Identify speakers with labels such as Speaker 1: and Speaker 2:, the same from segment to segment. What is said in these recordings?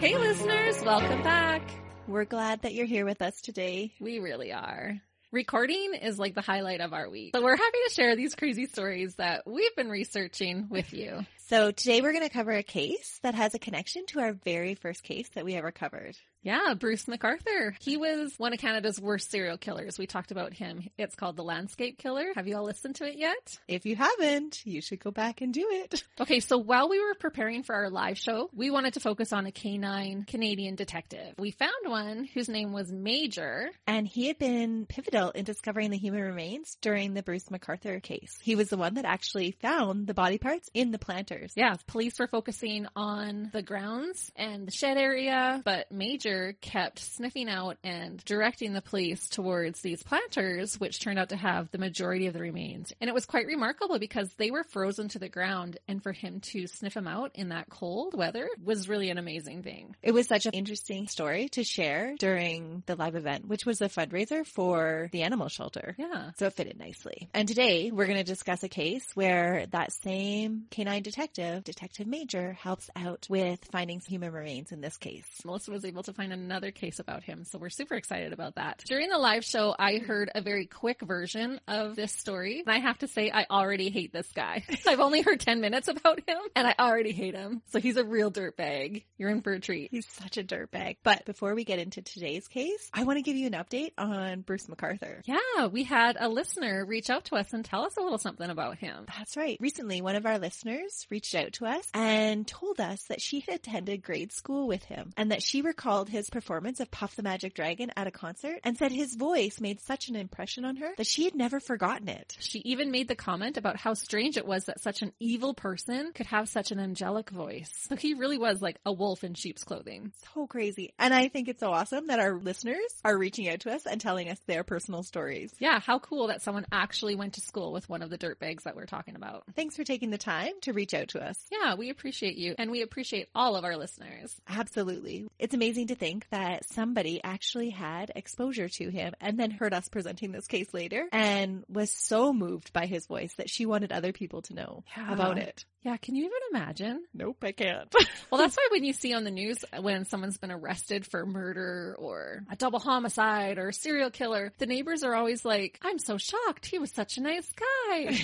Speaker 1: Hey, listeners, welcome back.
Speaker 2: We're glad that you're here with us today.
Speaker 1: We really are. Recording is like the highlight of our week. So we're happy to share these crazy stories that we've been researching with you.
Speaker 2: So, today we're going to cover a case that has a connection to our very first case that we ever covered.
Speaker 1: Yeah, Bruce MacArthur. He was one of Canada's worst serial killers. We talked about him. It's called The Landscape Killer. Have you all listened to it yet?
Speaker 2: If you haven't, you should go back and do it.
Speaker 1: Okay, so while we were preparing for our live show, we wanted to focus on a canine Canadian detective. We found one whose name was Major.
Speaker 2: And he had been pivotal in discovering the human remains during the Bruce MacArthur case. He was the one that actually found the body parts in the planters.
Speaker 1: Yeah, police were focusing on the grounds and the shed area, but Major kept sniffing out and directing the police towards these planters, which turned out to have the majority of the remains. And it was quite remarkable because they were frozen to the ground, and for him to sniff them out in that cold weather was really an amazing thing.
Speaker 2: It was such an interesting story to share during the live event, which was a fundraiser for the animal shelter.
Speaker 1: Yeah.
Speaker 2: So it fitted nicely. And today we're going to discuss a case where that same canine detective, Detective Major, helps out with finding human remains in this case.
Speaker 1: Melissa was able to find another case about him, so we're super excited about that. During the live show, I heard a very quick version of this story, and I have to say, I already hate this guy. I've only heard 10 minutes about him, and I already hate him. So he's a real dirtbag. You're in for a treat.
Speaker 2: He's such a dirtbag. But before we get into today's case, I want to give you an update on Bruce MacArthur.
Speaker 1: Yeah, we had a listener reach out to us and tell us a little something about him.
Speaker 2: That's right. Recently, one of our listeners reached out to us and told us that she had attended grade school with him and that she recalled his performance of Puff the Magic Dragon at a concert and said his voice made such an impression on her that she had never forgotten it.
Speaker 1: She even made the comment about how strange it was that such an evil person could have such an angelic voice. So he really was like a wolf in sheep's clothing.
Speaker 2: So crazy. And I think it's so awesome that our listeners are reaching out to us and telling us their personal stories.
Speaker 1: Yeah, how cool that someone actually went to school with one of the dirtbags that we're talking about.
Speaker 2: Thanks for taking the time to reach out to us.
Speaker 1: Yeah, we appreciate you and we appreciate all of our listeners.
Speaker 2: Absolutely. It's amazing to think that somebody actually had exposure to him and then heard us presenting this case later and was so moved by his voice that she wanted other people to know
Speaker 1: Yeah.
Speaker 2: about it.
Speaker 1: Yeah, can you even imagine?
Speaker 2: Nope, I can't.
Speaker 1: Well, that's why when you see on the news when someone's been arrested for murder or a double homicide or a serial killer, the neighbors are always like, I'm so shocked. He was such a nice guy.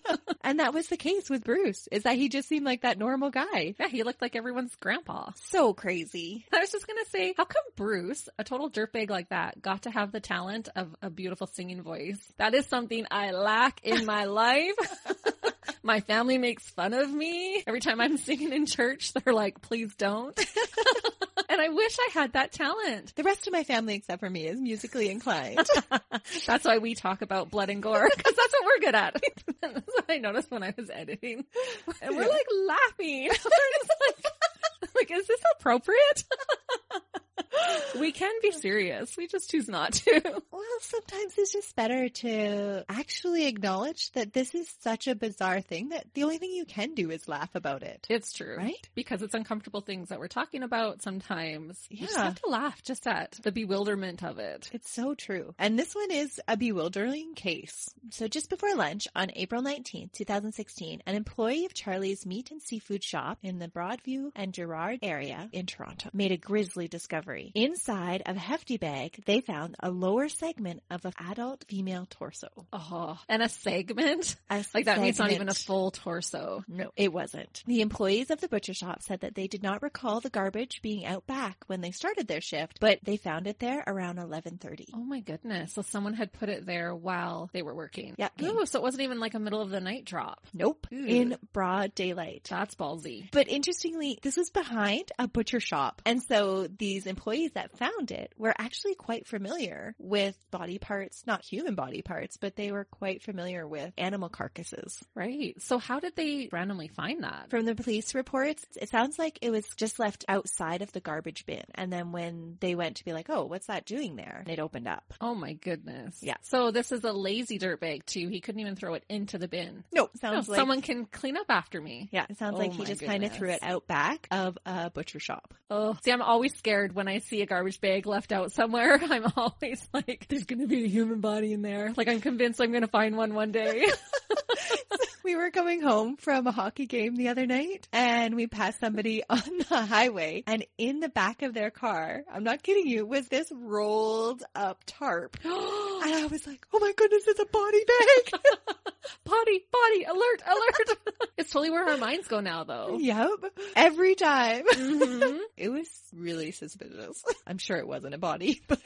Speaker 2: and that was the case with Bruce, is that he just seemed like that normal guy.
Speaker 1: yeah, he looked like everyone's grandpa.
Speaker 2: So crazy.
Speaker 1: I was just going to say, how come Bruce, a total dirtbag like that, got to have the talent of a beautiful singing voice? That is something I lack in my life. my family makes fun of me. Every time I'm singing in church, they're like, please don't. and I wish I had that talent.
Speaker 2: The rest of my family except for me is musically inclined.
Speaker 1: That's why we talk about blood and gore because that's what we're good at. that's what I noticed when I was editing, and we're like laughing. We're just like, like, is this appropriate? we can be serious. We just choose not to.
Speaker 2: well, sometimes it's just better to actually acknowledge that this is such a bizarre thing that the only thing you can do is laugh about it.
Speaker 1: It's true,
Speaker 2: Right?
Speaker 1: Because it's uncomfortable things that we're talking about sometimes. You just
Speaker 2: Yeah.
Speaker 1: have to laugh just at the bewilderment of it.
Speaker 2: It's so true. And this one is a bewildering case. So just before lunch on April 19th, 2016, an employee of Charlie's meat and seafood shop in the Broadview and Girard area in Toronto made a grisly discovery. Inside of a hefty bag, they found a lower segment of an adult female torso.
Speaker 1: Oh, and a segment
Speaker 2: A
Speaker 1: like that means not
Speaker 2: segment.
Speaker 1: even a full torso.
Speaker 2: No, it wasn't. The employees of the butcher shop said that they did not recall the garbage being out back when they started their shift, but they found it there around 11:30.
Speaker 1: Oh my goodness. So someone had put it there while they were working.
Speaker 2: Yep.
Speaker 1: Ooh, so it wasn't even like a middle of the night drop.
Speaker 2: Nope,
Speaker 1: Ooh.
Speaker 2: in broad daylight.
Speaker 1: That's ballsy.
Speaker 2: But interestingly, this was behind a butcher shop. And so these employees that that found it were actually quite familiar with body parts, not human body parts, but they were quite familiar with animal carcasses.
Speaker 1: Right. So how did they randomly find that?
Speaker 2: From the police reports, it sounds like it was just left outside of the garbage bin. And then when they went to be like, oh, what's that doing there? It opened up.
Speaker 1: Oh my goodness.
Speaker 2: Yeah.
Speaker 1: So this is a lazy dirtbag too. He couldn't even throw it into the bin.
Speaker 2: No,
Speaker 1: No,
Speaker 2: sounds like
Speaker 1: Oh, someone can clean up after me.
Speaker 2: Yeah, it sounds
Speaker 1: Oh
Speaker 2: like he
Speaker 1: my
Speaker 2: just kind of threw it
Speaker 1: goodness.
Speaker 2: out back of a butcher shop.
Speaker 1: Oh, see, I'm always scared when I see a garbage bag left out somewhere. I'm always like, there's going to be a human body in there. Like I'm convinced I'm going to find one one day.
Speaker 2: we were going home from a hockey game the other night and we passed somebody on the highway and in the back of their car, I'm not kidding you, was this rolled up tarp. And I was like, oh my goodness, it's a body bag.
Speaker 1: Potty, potty, alert, alert. it's totally where our minds go now
Speaker 2: Oh.
Speaker 1: though.
Speaker 2: yep. Every time.
Speaker 1: Mhm.
Speaker 2: It was really suspicious. I'm sure it wasn't a body, but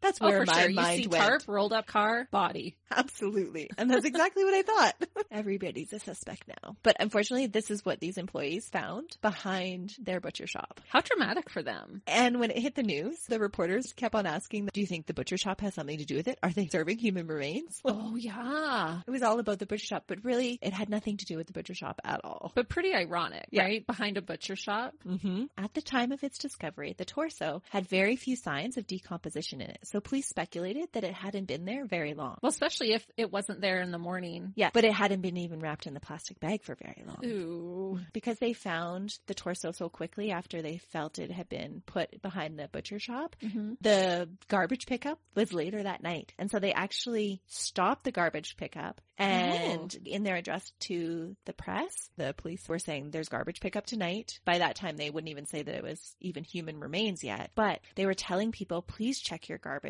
Speaker 2: that's
Speaker 1: Oh,
Speaker 2: where
Speaker 1: for
Speaker 2: my
Speaker 1: sure.
Speaker 2: mind
Speaker 1: you see
Speaker 2: went.
Speaker 1: tarp, rolled up car, body.
Speaker 2: Absolutely. And that's exactly what I thought. Everybody's a suspect now. But unfortunately, this is what these employees found behind their butcher shop.
Speaker 1: How traumatic for them.
Speaker 2: And when it hit the news, the reporters kept on asking, do you think the butcher shop has something to do with it? Are they serving human remains?
Speaker 1: Oh yeah.
Speaker 2: It was all about the butcher shop, but really it had nothing to do with the butcher shop at all.
Speaker 1: But pretty ironic,
Speaker 2: Yeah.
Speaker 1: right? Behind a butcher shop.
Speaker 2: hmm At the time of its discovery, the torso had very few signs of decomposition in it, so police speculated that it hadn't been there very long.
Speaker 1: Well, especially if it wasn't there in the morning.
Speaker 2: Yeah, but it hadn't been even wrapped in the plastic bag for very long.
Speaker 1: Ooh.
Speaker 2: because they found the torso so quickly after they felt it had been put behind the butcher shop.
Speaker 1: Mhm.
Speaker 2: The garbage pickup was later that night. And so they actually stopped the garbage pickup and
Speaker 1: Oh.
Speaker 2: in their address to the press, the police were saying there's garbage pickup tonight. By that time, they wouldn't even say that it was even human remains yet, but they were telling people, please check your garbages.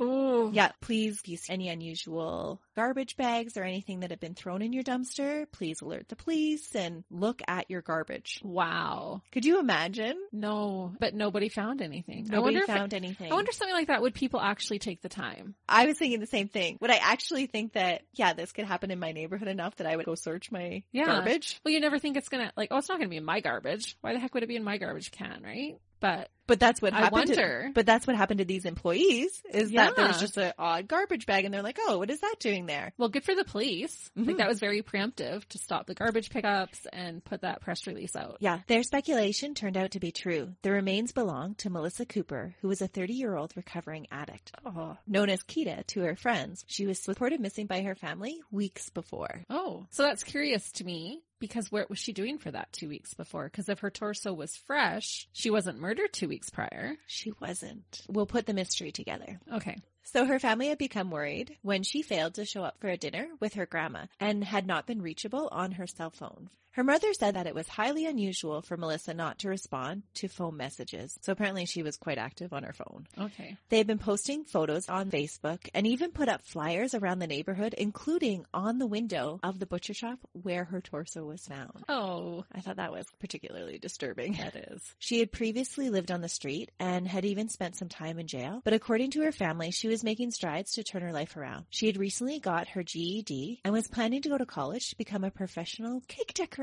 Speaker 1: Ooh.
Speaker 2: Yeah, please, if you see any unusual garbage bags or anything that have been thrown in your dumpster, please alert the police and look at your garbage.
Speaker 1: Wow.
Speaker 2: Could you imagine?
Speaker 1: No, but nobody found anything. I
Speaker 2: Nobody
Speaker 1: wonder if
Speaker 2: found anything.
Speaker 1: I wonder if something like that would people actually take the time?
Speaker 2: I was thinking the same thing. Would I actually think that, yeah, this could happen in my neighborhood enough that I would go search my
Speaker 1: Yeah.
Speaker 2: garbage?
Speaker 1: Well, you never think it's gonna like, oh, it's not gonna be in my garbage. Why the heck would it be in my garbage can, right? But
Speaker 2: But that's what
Speaker 1: I
Speaker 2: happened.
Speaker 1: wonder.
Speaker 2: To, but that's what happened to these employees is
Speaker 1: Yeah.
Speaker 2: that there's just an odd garbage bag and they're like, oh, what is that doing there?
Speaker 1: well, good for the police.
Speaker 2: Mhm.
Speaker 1: Like that was very preemptive to stop the garbage pickups and put that press release out.
Speaker 2: Yeah, their speculation turned out to be true. The remains belonged to Melissa Cooper, who was a 30 year old recovering addict.
Speaker 1: Oh.
Speaker 2: known as Kita to her friends. She was reported missing by her family weeks before.
Speaker 1: Oh, so that's curious to me because what was she doing for that two weeks before? Because if her torso was fresh, she wasn't murdered two weeks prior.
Speaker 2: She wasn't. We'll put the mystery together.
Speaker 1: Okay.
Speaker 2: So her family had become worried when she failed to show up for a dinner with her grandma and had not been reachable on her cell phone. Her mother said that it was highly unusual for Melissa not to respond to phone messages. So apparently she was quite active on her phone.
Speaker 1: Okay.
Speaker 2: They had been posting photos on Facebook and even put up flyers around the neighborhood, including on the window of the butcher shop where her torso was found.
Speaker 1: Oh,
Speaker 2: I thought that was particularly disturbing.
Speaker 1: that is.
Speaker 2: She had previously lived on the street and had even spent some time in jail, but according to her family, she was making strides to turn her life around. She had recently got her GED and was planning to go to college to become a professional cake decorator.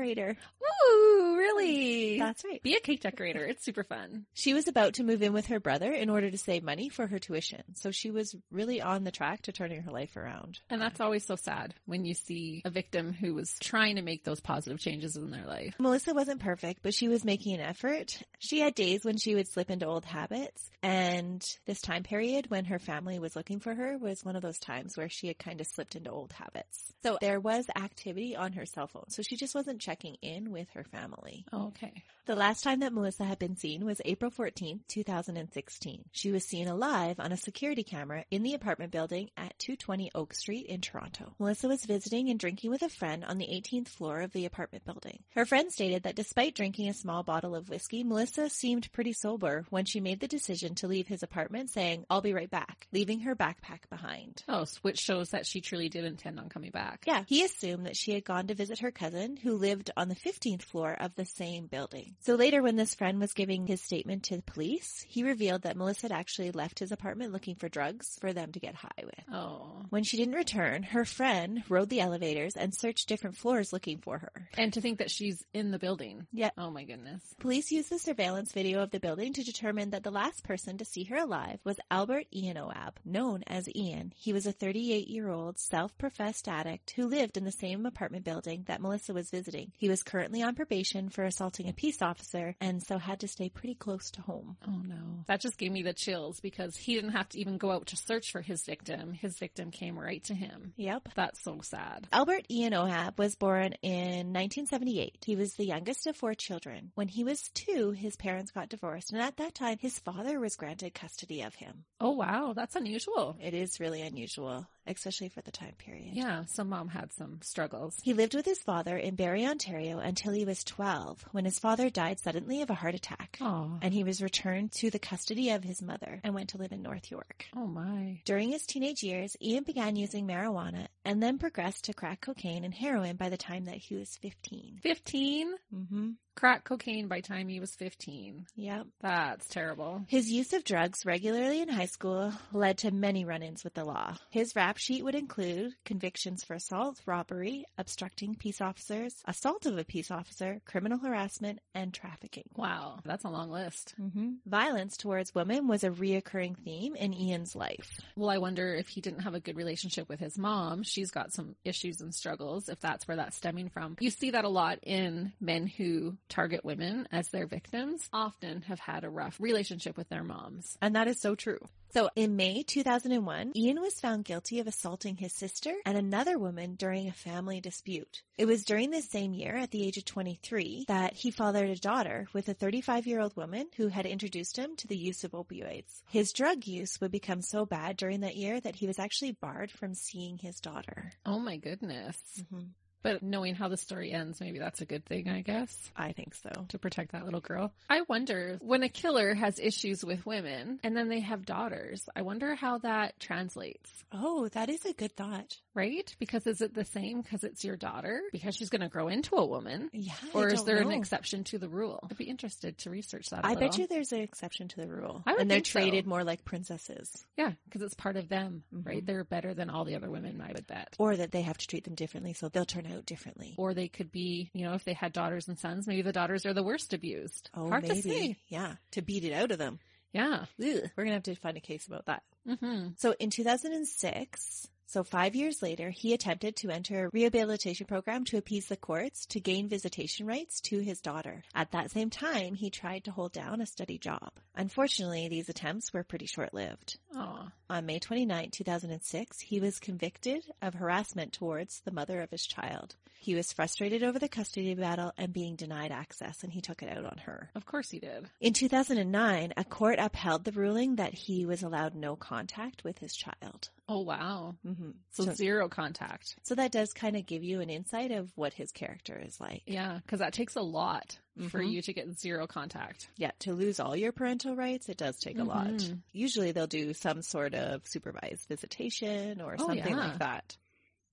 Speaker 1: Ooh, really?
Speaker 2: That's right.
Speaker 1: Be a cake decorator. It's super fun.
Speaker 2: She was about to move in with her brother in order to save money for her tuition, so she was really on the track to turning her life around.
Speaker 1: And that's always so sad when you see a victim who was trying to make those positive changes in their life.
Speaker 2: Melissa wasn't perfect, but she was making an effort. She had days when she would slip into old habits, and this time period when her family was looking for her was one of those times where she had kind of slipped into old habits. So there was activity on her cell phone, so she just wasn't checking in with her family.
Speaker 1: Okay.
Speaker 2: The last time that Melissa had been seen was April 14, 2016. She was seen alive on a security camera in the apartment building at 220 Oak Street in Toronto. Melissa was visiting and drinking with a friend on the 18th floor of the apartment building. Her friend stated that despite drinking a small bottle of whiskey, Melissa seemed pretty sober when she made the decision to leave his apartment saying, I'll be right back, leaving her backpack behind.
Speaker 1: Oh, so which shows that she truly did intend on coming back.
Speaker 2: Yeah, he assumed that she had gone to visit her cousin who lived on the 15th floor of the same building. So later when this friend was giving his statement to the police, he revealed that Melissa had actually left his apartment looking for drugs for them to get high with.
Speaker 1: Oh.
Speaker 2: When she didn't return, her friend rode the elevators and searched different floors looking for her.
Speaker 1: And to think that she's in the building.
Speaker 2: Yet
Speaker 1: Oh my goodness.
Speaker 2: Police used the surveillance video of the building to determine that the last person to see her alive was Albert Ian Oab, known as Ian. He was a 38 year old self professed addict who lived in the same apartment building that Melissa was visiting. He was currently on probation for assaulting a peace officer and so had to stay pretty close to home.
Speaker 1: Oh no. That just gave me the chills because he didn't have to even go out to search for his victim. His victim came right to him.
Speaker 2: Yep.
Speaker 1: That's so sad.
Speaker 2: Albert Ian Ohab was born in 1978. He was the youngest of four children. When he was two, his parents got divorced, and at that time, his father was granted custody of him.
Speaker 1: Oh wow. That's unusual.
Speaker 2: It is really unusual, especially for the time period.
Speaker 1: Yeah. So mom had some struggles.
Speaker 2: He lived with his father in Barrie, Ontario until he was 12 when his father died suddenly of a heart attack.
Speaker 1: Oh.
Speaker 2: And he was returned to the custody of his mother and went to live in North York.
Speaker 1: Oh my.
Speaker 2: During his teenage years, Ian began using marijuana and then progressed to crack cocaine and heroin by the time that he was 15.
Speaker 1: 15?
Speaker 2: Mm-hmm.
Speaker 1: Crack cocaine by time he was 15.
Speaker 2: Yep.
Speaker 1: That's terrible.
Speaker 2: His use of drugs regularly in high school led to many run-ins with the law. His rap sheet would include convictions for assault, robbery, obstructing peace officers, assault of a peace officer, criminal harassment, and trafficking.
Speaker 1: Wow. That's a long list.
Speaker 2: hmm Violence towards women was a reoccurring theme in Ian's life.
Speaker 1: Well, I wonder if he didn't have a good relationship with his mom. She's got some issues and struggles, if that's where that's stemming from. You see that a lot in men who target women as their victims, often have had a rough relationship with their moms.
Speaker 2: And that is so true. So in May 2001, Ian was found guilty of assaulting his sister and another woman during a family dispute. It was during this same year, at the age of 23, that he fathered a daughter with a 35 year old woman who had introduced him to the use of opioids. His drug use would become so bad during that year that he was actually barred from seeing his daughter.
Speaker 1: Oh my goodness.
Speaker 2: Mm-hmm.
Speaker 1: But knowing how the story ends, maybe that's a good thing, I guess.
Speaker 2: I think so.
Speaker 1: To protect that little girl. I wonder when a killer has issues with women and then they have daughters, I wonder how that translates.
Speaker 2: Oh, that is a good thought.
Speaker 1: right? Because is it the same because it's your daughter? Because she's going to grow into a woman?
Speaker 2: Yeah.
Speaker 1: Or is
Speaker 2: I don't
Speaker 1: there an
Speaker 2: know.
Speaker 1: exception to the rule? I'd be interested to research that. I
Speaker 2: I bet you there's an exception to the rule.
Speaker 1: I would
Speaker 2: and they're
Speaker 1: think so.
Speaker 2: treated more like princesses.
Speaker 1: Yeah, because it's part of them, right?
Speaker 2: Mhm.
Speaker 1: They're better than all the other women, I would bet.
Speaker 2: or that they have to treat them differently, so they'll turn out differently.
Speaker 1: Or they could be, you know, if they had daughters and sons, maybe the daughters are the worst abused.
Speaker 2: Oh,
Speaker 1: Hard
Speaker 2: maybe.
Speaker 1: to say.
Speaker 2: Yeah, to beat it out of them.
Speaker 1: Yeah.
Speaker 2: Ugh, We're gonna have to find a case about that.
Speaker 1: hmm
Speaker 2: So in 2006, so five years later, he attempted to enter a rehabilitation program to appease the courts to gain visitation rights to his daughter. At that same time, he tried to hold down a steady job. Unfortunately, these attempts were pretty short-lived.
Speaker 1: Oh,
Speaker 2: On May 29, 2006, he was convicted of harassment towards the mother of his child. He was frustrated over the custody battle and being denied access, and he took it out on her.
Speaker 1: of course he did.
Speaker 2: In 2009, a court upheld the ruling that he was allowed no contact with his child.
Speaker 1: Oh, wow.
Speaker 2: hmm
Speaker 1: So,
Speaker 2: So,
Speaker 1: zero contact.
Speaker 2: so that does kind of give you an insight of what his character is like.
Speaker 1: Yeah, because that takes a lot for
Speaker 2: Mhm.
Speaker 1: you to get zero contact.
Speaker 2: Yeah, to lose all your parental rights, it does take a lot.
Speaker 1: Mhm.
Speaker 2: Usually they'll do some sort of supervised visitation or
Speaker 1: Oh,
Speaker 2: something
Speaker 1: yeah.
Speaker 2: like that.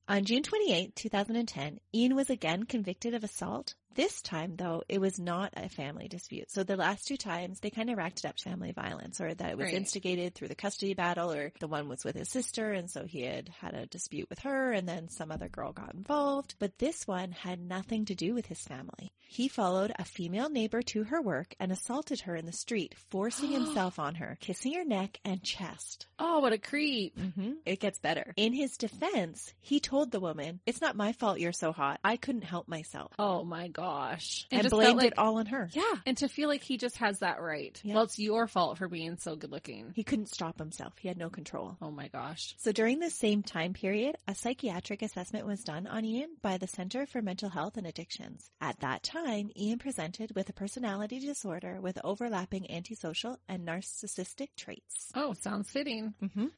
Speaker 2: On June 28, 2010, Ian was again convicted of assault. This time, though, it was not a family dispute. So the last two times, they kind of racked it up to family violence or that it was
Speaker 1: Right.
Speaker 2: instigated through the custody battle or the one was with his sister and so he had had a dispute with her and then some other girl got involved. But this one had nothing to do with his family. He followed a female neighbor to her work and assaulted her in the street, forcing himself on her, kissing her neck and chest.
Speaker 1: Oh, what a creep.
Speaker 2: Mm-hmm. It gets better. In his defense, he told the woman, It's not my fault you're so hot. I couldn't help myself.
Speaker 1: Oh my gosh.
Speaker 2: And,
Speaker 1: just felt
Speaker 2: blamed
Speaker 1: like-
Speaker 2: it all on her.
Speaker 1: Yeah. And to feel like he just has that right.
Speaker 2: Yeah.
Speaker 1: Well, it's your fault for being so good looking.
Speaker 2: He couldn't stop himself. He had no control.
Speaker 1: Oh my gosh.
Speaker 2: So during this same time period, a psychiatric assessment was done on Ian by the Center for Mental Health and Addictions. At that time, Ian presented with a personality disorder with overlapping antisocial and narcissistic traits.
Speaker 1: Oh, sounds fitting.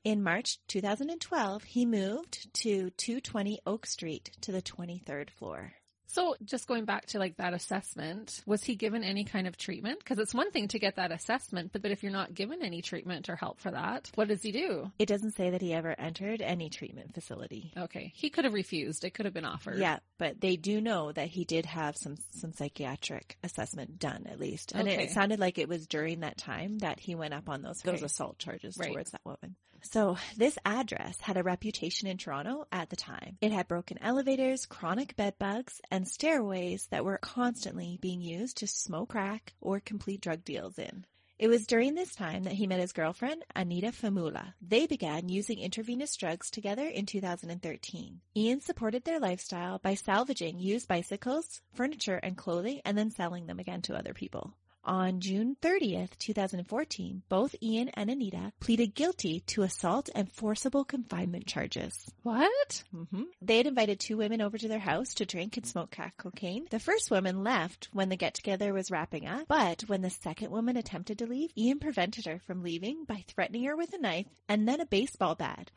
Speaker 2: In March 2012, he moved to 220 Oak Street to the 23rd floor.
Speaker 1: So just going back to like that assessment, was he given any kind of treatment? Because it's one thing to get that assessment, but, but if you're not given any treatment or help for that, what does he do?
Speaker 2: It doesn't say that he ever entered any treatment facility.
Speaker 1: Okay. He could have refused. It could have been offered.
Speaker 2: Yeah, but they do know that he did have some some psychiatric assessment done at least, and it,
Speaker 1: Okay.
Speaker 2: it sounded like it was during that time that he went up on those those
Speaker 1: Okay.
Speaker 2: assault charges
Speaker 1: Right.
Speaker 2: towards that woman. So this address had a reputation in Toronto at the time. It had broken elevators, chronic bed bugs, and stairways that were constantly being used to smoke crack or complete drug deals in. It was during this time that he met his girlfriend, Anita Famula. They began using intravenous drugs together in 2013. Ian supported their lifestyle by salvaging used bicycles, furniture, and clothing, and then selling them again to other people. On June 30th, 2014, both Ian and Anita pleaded guilty to assault and forcible confinement charges.
Speaker 1: What?
Speaker 2: Mm-hmm. They had invited two women over to their house to drink and smoke crack cocaine. The first woman left when the get together was wrapping up, but when the second woman attempted to leave, Ian prevented her from leaving by threatening her with a knife and then a baseball bat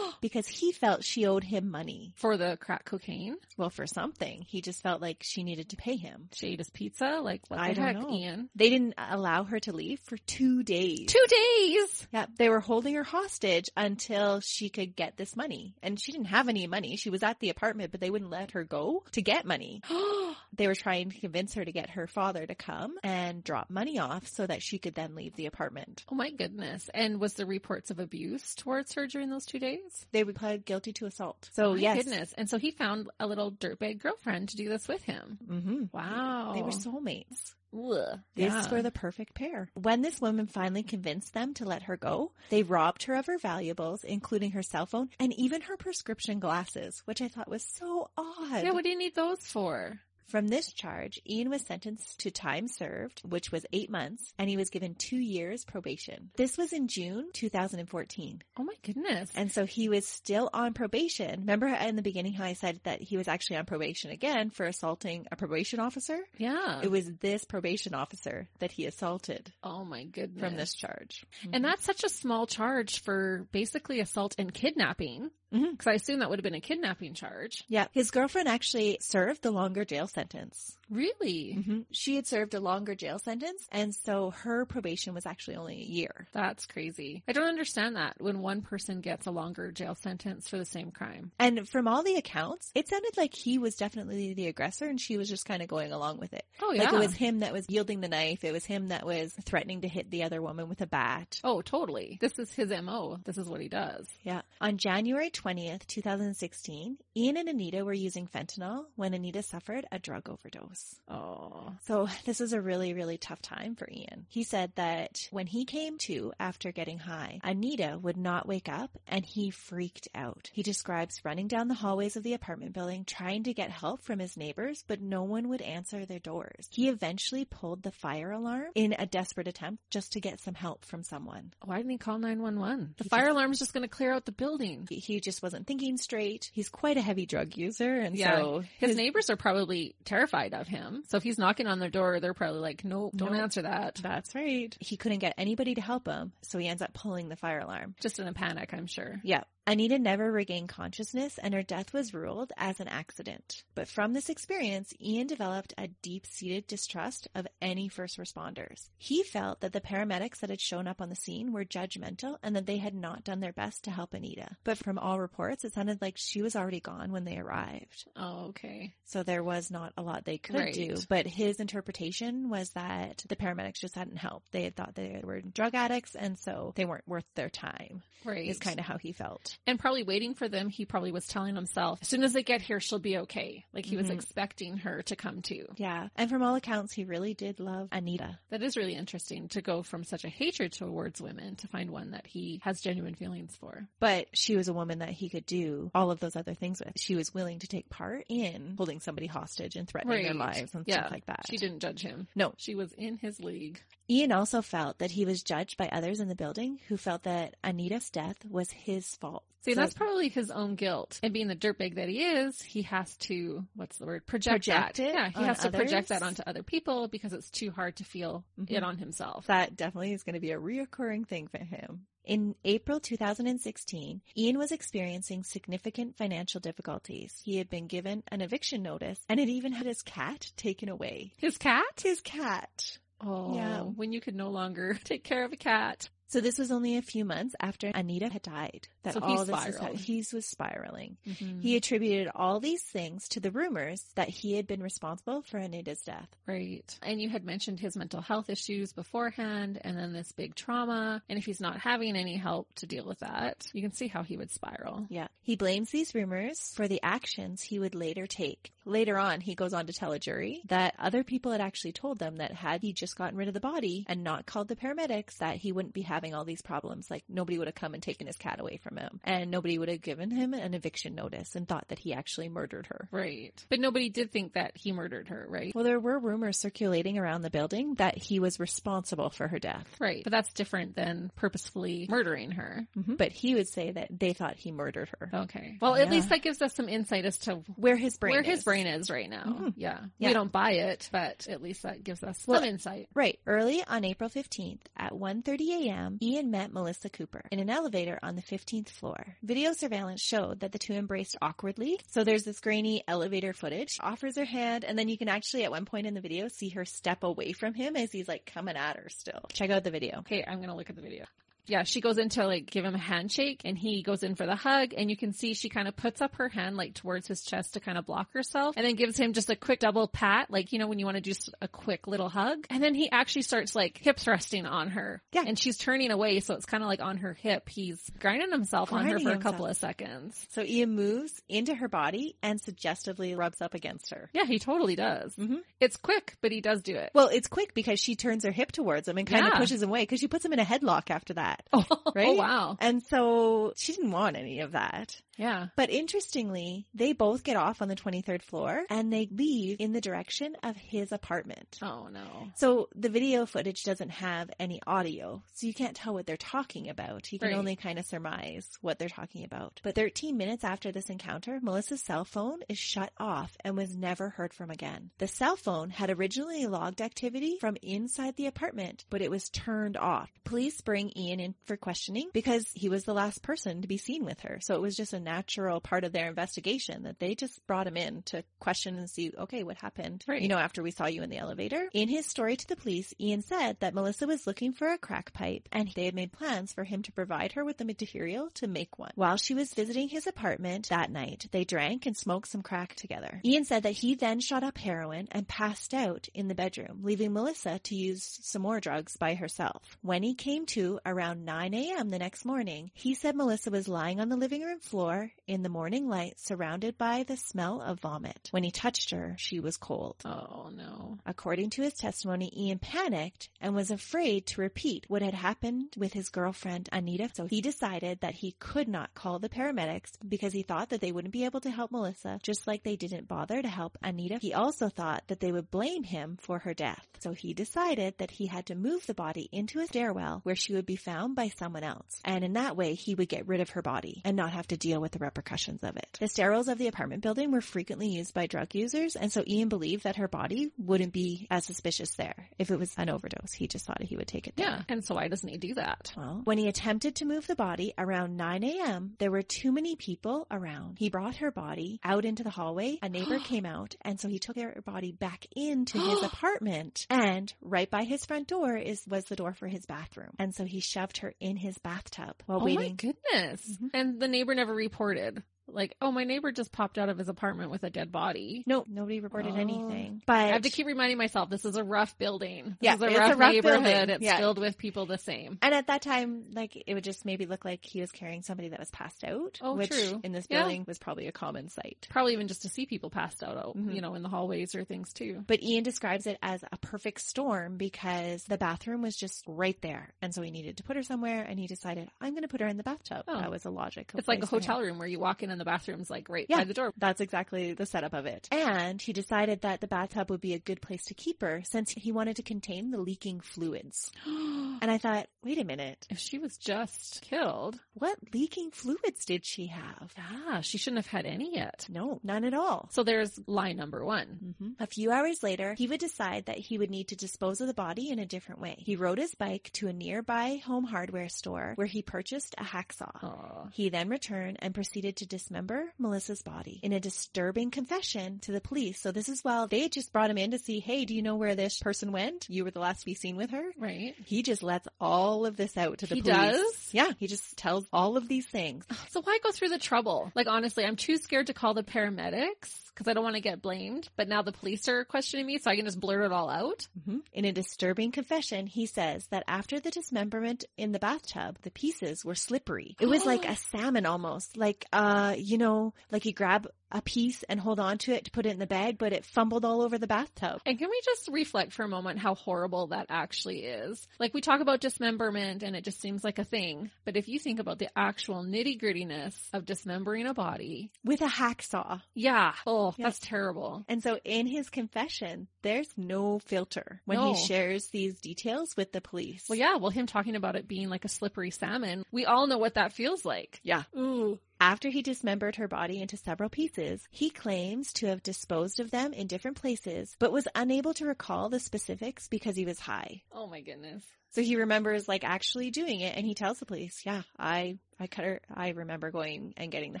Speaker 2: because he felt she owed him money.
Speaker 1: for the crack cocaine?
Speaker 2: Well, for something. He just felt like she needed to pay him.
Speaker 1: Jade is pizza? Like what the
Speaker 2: I don't
Speaker 1: heck,
Speaker 2: know.
Speaker 1: Ian?
Speaker 2: They didn't allow her to leave for two days.
Speaker 1: Two days!
Speaker 2: Yeah, they were holding her hostage until she could get this money. And she didn't have any money. She was at the apartment, but they wouldn't let her go to get money.
Speaker 1: Oh
Speaker 2: They were trying to convince her to get her father to come and drop money off so that she could then leave the apartment.
Speaker 1: Oh my goodness. And was there reports of abuse towards her during those two days?
Speaker 2: They would plead guilty to assault. So
Speaker 1: my
Speaker 2: yes.
Speaker 1: goodness. And so he found a little dirtbag girlfriend to do this with him.
Speaker 2: hmm
Speaker 1: Wow.
Speaker 2: They were soulmates.
Speaker 1: Ugh.
Speaker 2: These
Speaker 1: Yeah.
Speaker 2: were the perfect pair. When this woman finally convinced them to let her go, they robbed her of her valuables, including her cell phone and even her prescription glasses, which I thought was so odd.
Speaker 1: Yeah, what do you need those for?
Speaker 2: From this charge, Ian was sentenced to time served, which was eight months, and he was given two years probation. This was in June 2014.
Speaker 1: Oh my goodness.
Speaker 2: And so he was still on probation. Remember in the beginning how I said that he was actually on probation again for assaulting a probation officer?
Speaker 1: yeah.
Speaker 2: It was this probation officer that he assaulted
Speaker 1: oh my goodness.
Speaker 2: from this charge.
Speaker 1: And that's such a small charge for basically assault and kidnapping.
Speaker 2: Mhm.
Speaker 1: Cause I assume that would have been a kidnapping charge.
Speaker 2: yeah, his girlfriend actually served the longer jail sentence. Mm-hmm.
Speaker 1: Really?
Speaker 2: She had served a longer jail sentence, and so her probation was actually only a year.
Speaker 1: That's crazy. I don't understand that when one person gets a longer jail sentence for the same crime.
Speaker 2: And from all the accounts, it sounded like he was definitely the aggressor and she was just kind of going along with it.
Speaker 1: Oh yeah.
Speaker 2: Like it was him that was yielding the knife. It was him that was threatening to hit the other woman with a bat.
Speaker 1: oh, totally. This is his MO. This is what he does.
Speaker 2: Yeah. On January 20th, 2016, Ian and Anita were using fentanyl when Anita suffered a drug overdose.
Speaker 1: Oh.
Speaker 2: So this was a really, really tough time for Ian. He said that when he came to after getting high, Anita would not wake up and he freaked out. He describes running down the hallways of the apartment building trying to get help from his neighbors, but no one would answer their doors. He eventually pulled the fire alarm in a desperate attempt just to get some help from someone.
Speaker 1: Why didn't he call 911? The
Speaker 2: He
Speaker 1: fire
Speaker 2: just-
Speaker 1: alarm's just going to clear out the building.
Speaker 2: He- He just wasn't thinking straight. He's quite a heavy drug user and
Speaker 1: Yeah.
Speaker 2: so
Speaker 1: His neighbors are probably terrified of him. So if he's knocking on their door, they're probably like, nope, don't
Speaker 2: Nope.
Speaker 1: answer that.
Speaker 2: That's right. He couldn't get anybody to help him, so he ends up pulling the fire alarm.
Speaker 1: Just in a panic, I'm sure.
Speaker 2: Yeah. Anita never regained consciousness and her death was ruled as an accident. But from this experience, Ian developed a deep seated distrust of any first responders. He felt that the paramedics that had shown up on the scene were judgmental and that they had not done their best to help Anita. But from all reports, it sounded like she was already gone when they arrived.
Speaker 1: Oh, okay.
Speaker 2: So there was not a lot they could
Speaker 1: Right.
Speaker 2: do. But his interpretation was that the paramedics just hadn't helped. They had thought they were drug addicts and so they weren't worth their time,
Speaker 1: Right.
Speaker 2: is kind of how he felt.
Speaker 1: and probably waiting for them. He probably was telling himself, as soon as they get here, she'll be okay. Like he was
Speaker 2: Mhm.
Speaker 1: expecting her to come to.
Speaker 2: Yeah. And from all accounts, he really did love Anita.
Speaker 1: That is really interesting to go from such a hatred towards women to find one that he has genuine feelings for.
Speaker 2: But she was a woman that he could do all of those other things with. She was willing to take part in holding somebody hostage and threatening their
Speaker 1: Right.
Speaker 2: lives and
Speaker 1: Yeah.
Speaker 2: stuff like that.
Speaker 1: She didn't judge him.
Speaker 2: No.
Speaker 1: She was in his league.
Speaker 2: Ian also felt that he was judged by others in the building who felt that Anita's death was his fault.
Speaker 1: See,
Speaker 2: So-
Speaker 1: that's probably his own guilt. And being the dirtbag that he is, he has to, what's the word? Project,
Speaker 2: Project
Speaker 1: that.
Speaker 2: it
Speaker 1: yeah, he
Speaker 2: on
Speaker 1: has to project
Speaker 2: others.
Speaker 1: that onto other people because it's too hard to feel
Speaker 2: Mhm.
Speaker 1: it on himself.
Speaker 2: that definitely is going to be a reoccurring thing for him. In April 2016, Ian was experiencing significant financial difficulties. He had been given an eviction notice and had even had his cat taken away.
Speaker 1: His cat?
Speaker 2: His cat.
Speaker 1: Oh,
Speaker 2: Yeah.
Speaker 1: when you could no longer take care of a cat.
Speaker 2: So this was only a few months after Anita had died. That
Speaker 1: So he
Speaker 2: all this was
Speaker 1: spiraled. Hmm.
Speaker 2: he was spiraling. He attributed all these things to the rumors that he had been responsible for Anita's death.
Speaker 1: Right. And you had mentioned his mental health issues beforehand and then this big trauma. And if he's not having any help to deal with that, you can see how he would spiral.
Speaker 2: Yeah. He blames these rumors for the actions he would later take. Later on, he goes on to tell a jury that other people had actually told them that had he just gotten rid of the body and not called the paramedics, that he wouldn't be having all these problems. Like nobody would have come and taken his cat away from him and nobody would have given him an eviction notice and thought that he actually murdered her.
Speaker 1: Right. But nobody did think that he murdered her, right?
Speaker 2: Well, there were rumors circulating around the building that he was responsible for her death.
Speaker 1: Right. But that's different than purposefully murdering her.
Speaker 2: But he would say that they thought he murdered her.
Speaker 1: Okay. Well, at
Speaker 2: Yeah.
Speaker 1: least that gives us some insight as to
Speaker 2: Where his brain
Speaker 1: where
Speaker 2: is. Mm-hmm.
Speaker 1: his brain is right now. Yeah.
Speaker 2: Yeah.
Speaker 1: We don't buy it, but at least that gives us
Speaker 2: Well-
Speaker 1: some insight.
Speaker 2: Right. Early on April 15th at 1:30 a.m., Ian met Melissa Cooper in an elevator on the 15th floor. Video surveillance showed that the two embraced awkwardly. So there's this grainy elevator footage. She offers her hand and then you can actually at one point in the video see her step away from him as he's like coming at her still. Check out the video.
Speaker 1: Okay, I'm gonna look at the video. Yeah, she goes in to like give him a handshake and he goes in for the hug and you can see she kind of puts up her hand like towards his chest to kind of block herself and then gives him just a quick double pat, like, you know, when you want to do s- a quick little hug. And then he actually starts like hip thrusting on her.
Speaker 2: Yeah.
Speaker 1: And she's turning away. So it's kind of like on her hip. He's grinding himself on her
Speaker 2: Grinding
Speaker 1: for a
Speaker 2: himself.
Speaker 1: couple of seconds.
Speaker 2: So Ian moves into her body and suggestively rubs up against her.
Speaker 1: Yeah, he totally does.
Speaker 2: Mhm.
Speaker 1: It's quick, but he does do it.
Speaker 2: Well, it's quick because she turns her hip towards him and kind of
Speaker 1: Yeah.
Speaker 2: pushes him away because she puts him in a headlock after that.
Speaker 1: Oh,
Speaker 2: Right?
Speaker 1: wow.
Speaker 2: And so she didn't want any of that.
Speaker 1: Yeah.
Speaker 2: But interestingly, they both get off on the 23rd floor and they leave in the direction of his apartment.
Speaker 1: Oh no.
Speaker 2: So the video footage doesn't have any audio, so you can't tell what they're talking about. You can
Speaker 1: Right.
Speaker 2: only kind of surmise what they're talking about. But 13 minutes after this encounter, Melissa's cell phone is shut off and was never heard from again. The cell phone had originally logged activity from inside the apartment, but it was turned off. Police bring Ian in for questioning because he was the last person to be seen with her. So it was just a natural part of their investigation that they just brought him in to question and see, okay, what happened?
Speaker 1: Right.
Speaker 2: You know, after we saw you in the elevator. In his story to the police, Ian said that Melissa was looking for a crack pipe and they had made plans for him to provide her with the material to make one. While she was visiting his apartment that night, they drank and smoked some crack together. Ian said that he then shot up heroin and passed out in the bedroom, leaving Melissa to use some more drugs by herself. When he came to around 9 a.m. the next morning, he said Melissa was lying on the living room floor in the morning light surrounded by the smell of vomit. When he touched her, she was cold.
Speaker 1: Oh no.
Speaker 2: According to his testimony, Ian panicked and was afraid to repeat what had happened with his girlfriend Anita, so he decided that he could not call the paramedics because he thought that they wouldn't be able to help Melissa, just like they didn't bother to help Anita. He also thought that they would blame him for her death, so he decided that he had to move the body into a stairwell where she would be found by someone else, and in that way he would get rid of her body and not have to deal with the repercussions of it. The stairwells of the apartment building were frequently used by drug users, and so Ian believed that her body wouldn't be as suspicious there. If it was an overdose, he just thought he would take it there.
Speaker 1: Yeah. And so why doesn't he do that?
Speaker 2: Well, when he attempted to move the body around 9 a.m., there were too many people around. He brought her body out into the hallway. A neighbor came out, and so he took her body back into his apartment. And right by his front door is was the door for his bathroom, and so he shoved her in his bathtub while
Speaker 1: Oh my
Speaker 2: waiting.
Speaker 1: goodness.
Speaker 2: Mhm.
Speaker 1: And the neighbor never reported. Like, oh, my neighbor just popped out of his apartment with a dead body.
Speaker 2: No, nobody reported
Speaker 1: Oh.
Speaker 2: anything. But
Speaker 1: I have to keep reminding myself this is a rough building. This
Speaker 2: Yeah,
Speaker 1: is a
Speaker 2: it's
Speaker 1: rough,
Speaker 2: a rough
Speaker 1: neighborhood.
Speaker 2: building.
Speaker 1: It's
Speaker 2: Yeah.
Speaker 1: filled with people the same.
Speaker 2: And at that time, like it would just maybe look like he was carrying somebody that was passed out,
Speaker 1: Oh,
Speaker 2: which
Speaker 1: true.
Speaker 2: in this
Speaker 1: Yeah.
Speaker 2: building was probably a common sight.
Speaker 1: Probably even just to see people passed out, oh,
Speaker 2: Mhm.
Speaker 1: you know, in the hallways or things too.
Speaker 2: But Ian describes it as a perfect storm because the bathroom was just right there. And so he needed to put her somewhere and he decided, I'm going to put her in the bathtub.
Speaker 1: Oh.
Speaker 2: That was a logic. of
Speaker 1: It's like a
Speaker 2: place for him.
Speaker 1: hotel room where you walk in and then the bathroom's like right
Speaker 2: Yeah.
Speaker 1: by the door.
Speaker 2: That's exactly the setup of it. And he decided that the bathtub would be a good place to keep her since he wanted to contain the leaking fluids. And I thought, wait a minute,
Speaker 1: if she was just killed,
Speaker 2: what leaking fluids did she have?
Speaker 1: yeah, she shouldn't have had any yet.
Speaker 2: No, none at all.
Speaker 1: So there's lie number one.
Speaker 2: Mm-hmm. A few hours later, he would decide that he would need to dispose of the body in a different way. He rode his bike to a nearby home hardware store where he purchased a hacksaw.
Speaker 1: Oh,
Speaker 2: He then returned and proceeded to dismember Melissa's body in a disturbing confession to the police. So this is while they had just brought him in to see, hey, do you know where this person went? You were the last to be seen with her.
Speaker 1: right.
Speaker 2: He just lets all of this out to the
Speaker 1: He
Speaker 2: police.
Speaker 1: does?
Speaker 2: Yeah, he just tells all of these things.
Speaker 1: So why go through the trouble? Like honestly, I'm too scared to call the paramedics because I don't want to get blamed. But now the police are questioning me, so I can just blurt it all out.
Speaker 2: In a disturbing confession, he says that after the dismemberment in the bathtub, the pieces were slippery. It was like a salmon almost, like, uh, you know, like you grab a piece and hold on to it to put it in the bag, but it fumbled all over the bathtub.
Speaker 1: And can we just reflect for a moment how horrible that actually is? Like we talk about dismemberment and it just seems like a thing, but if you think about the actual nitty grittiness of dismembering a body,
Speaker 2: with a hacksaw.
Speaker 1: yeah, oh,
Speaker 2: Yeah.
Speaker 1: that's terrible.
Speaker 2: And so in his confession, there's no filter when
Speaker 1: No.
Speaker 2: he shares these details with the police.
Speaker 1: Well, yeah, well, him talking about it being like a slippery salmon, we all know what that feels like.
Speaker 2: Yeah.
Speaker 1: Ooh.
Speaker 2: After he dismembered her body into several pieces, he claims to have disposed of them in different places, but was unable to recall the specifics because he was high.
Speaker 1: Oh my goodness.
Speaker 2: So he remembers like actually doing it and he tells the police, yeah, I, I cut her. I remember going and getting the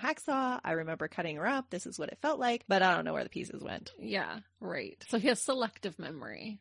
Speaker 2: hacksaw. I remember cutting her up. This is what it felt like, but I don't know where the pieces went.
Speaker 1: Yeah, right. So he has selective memory.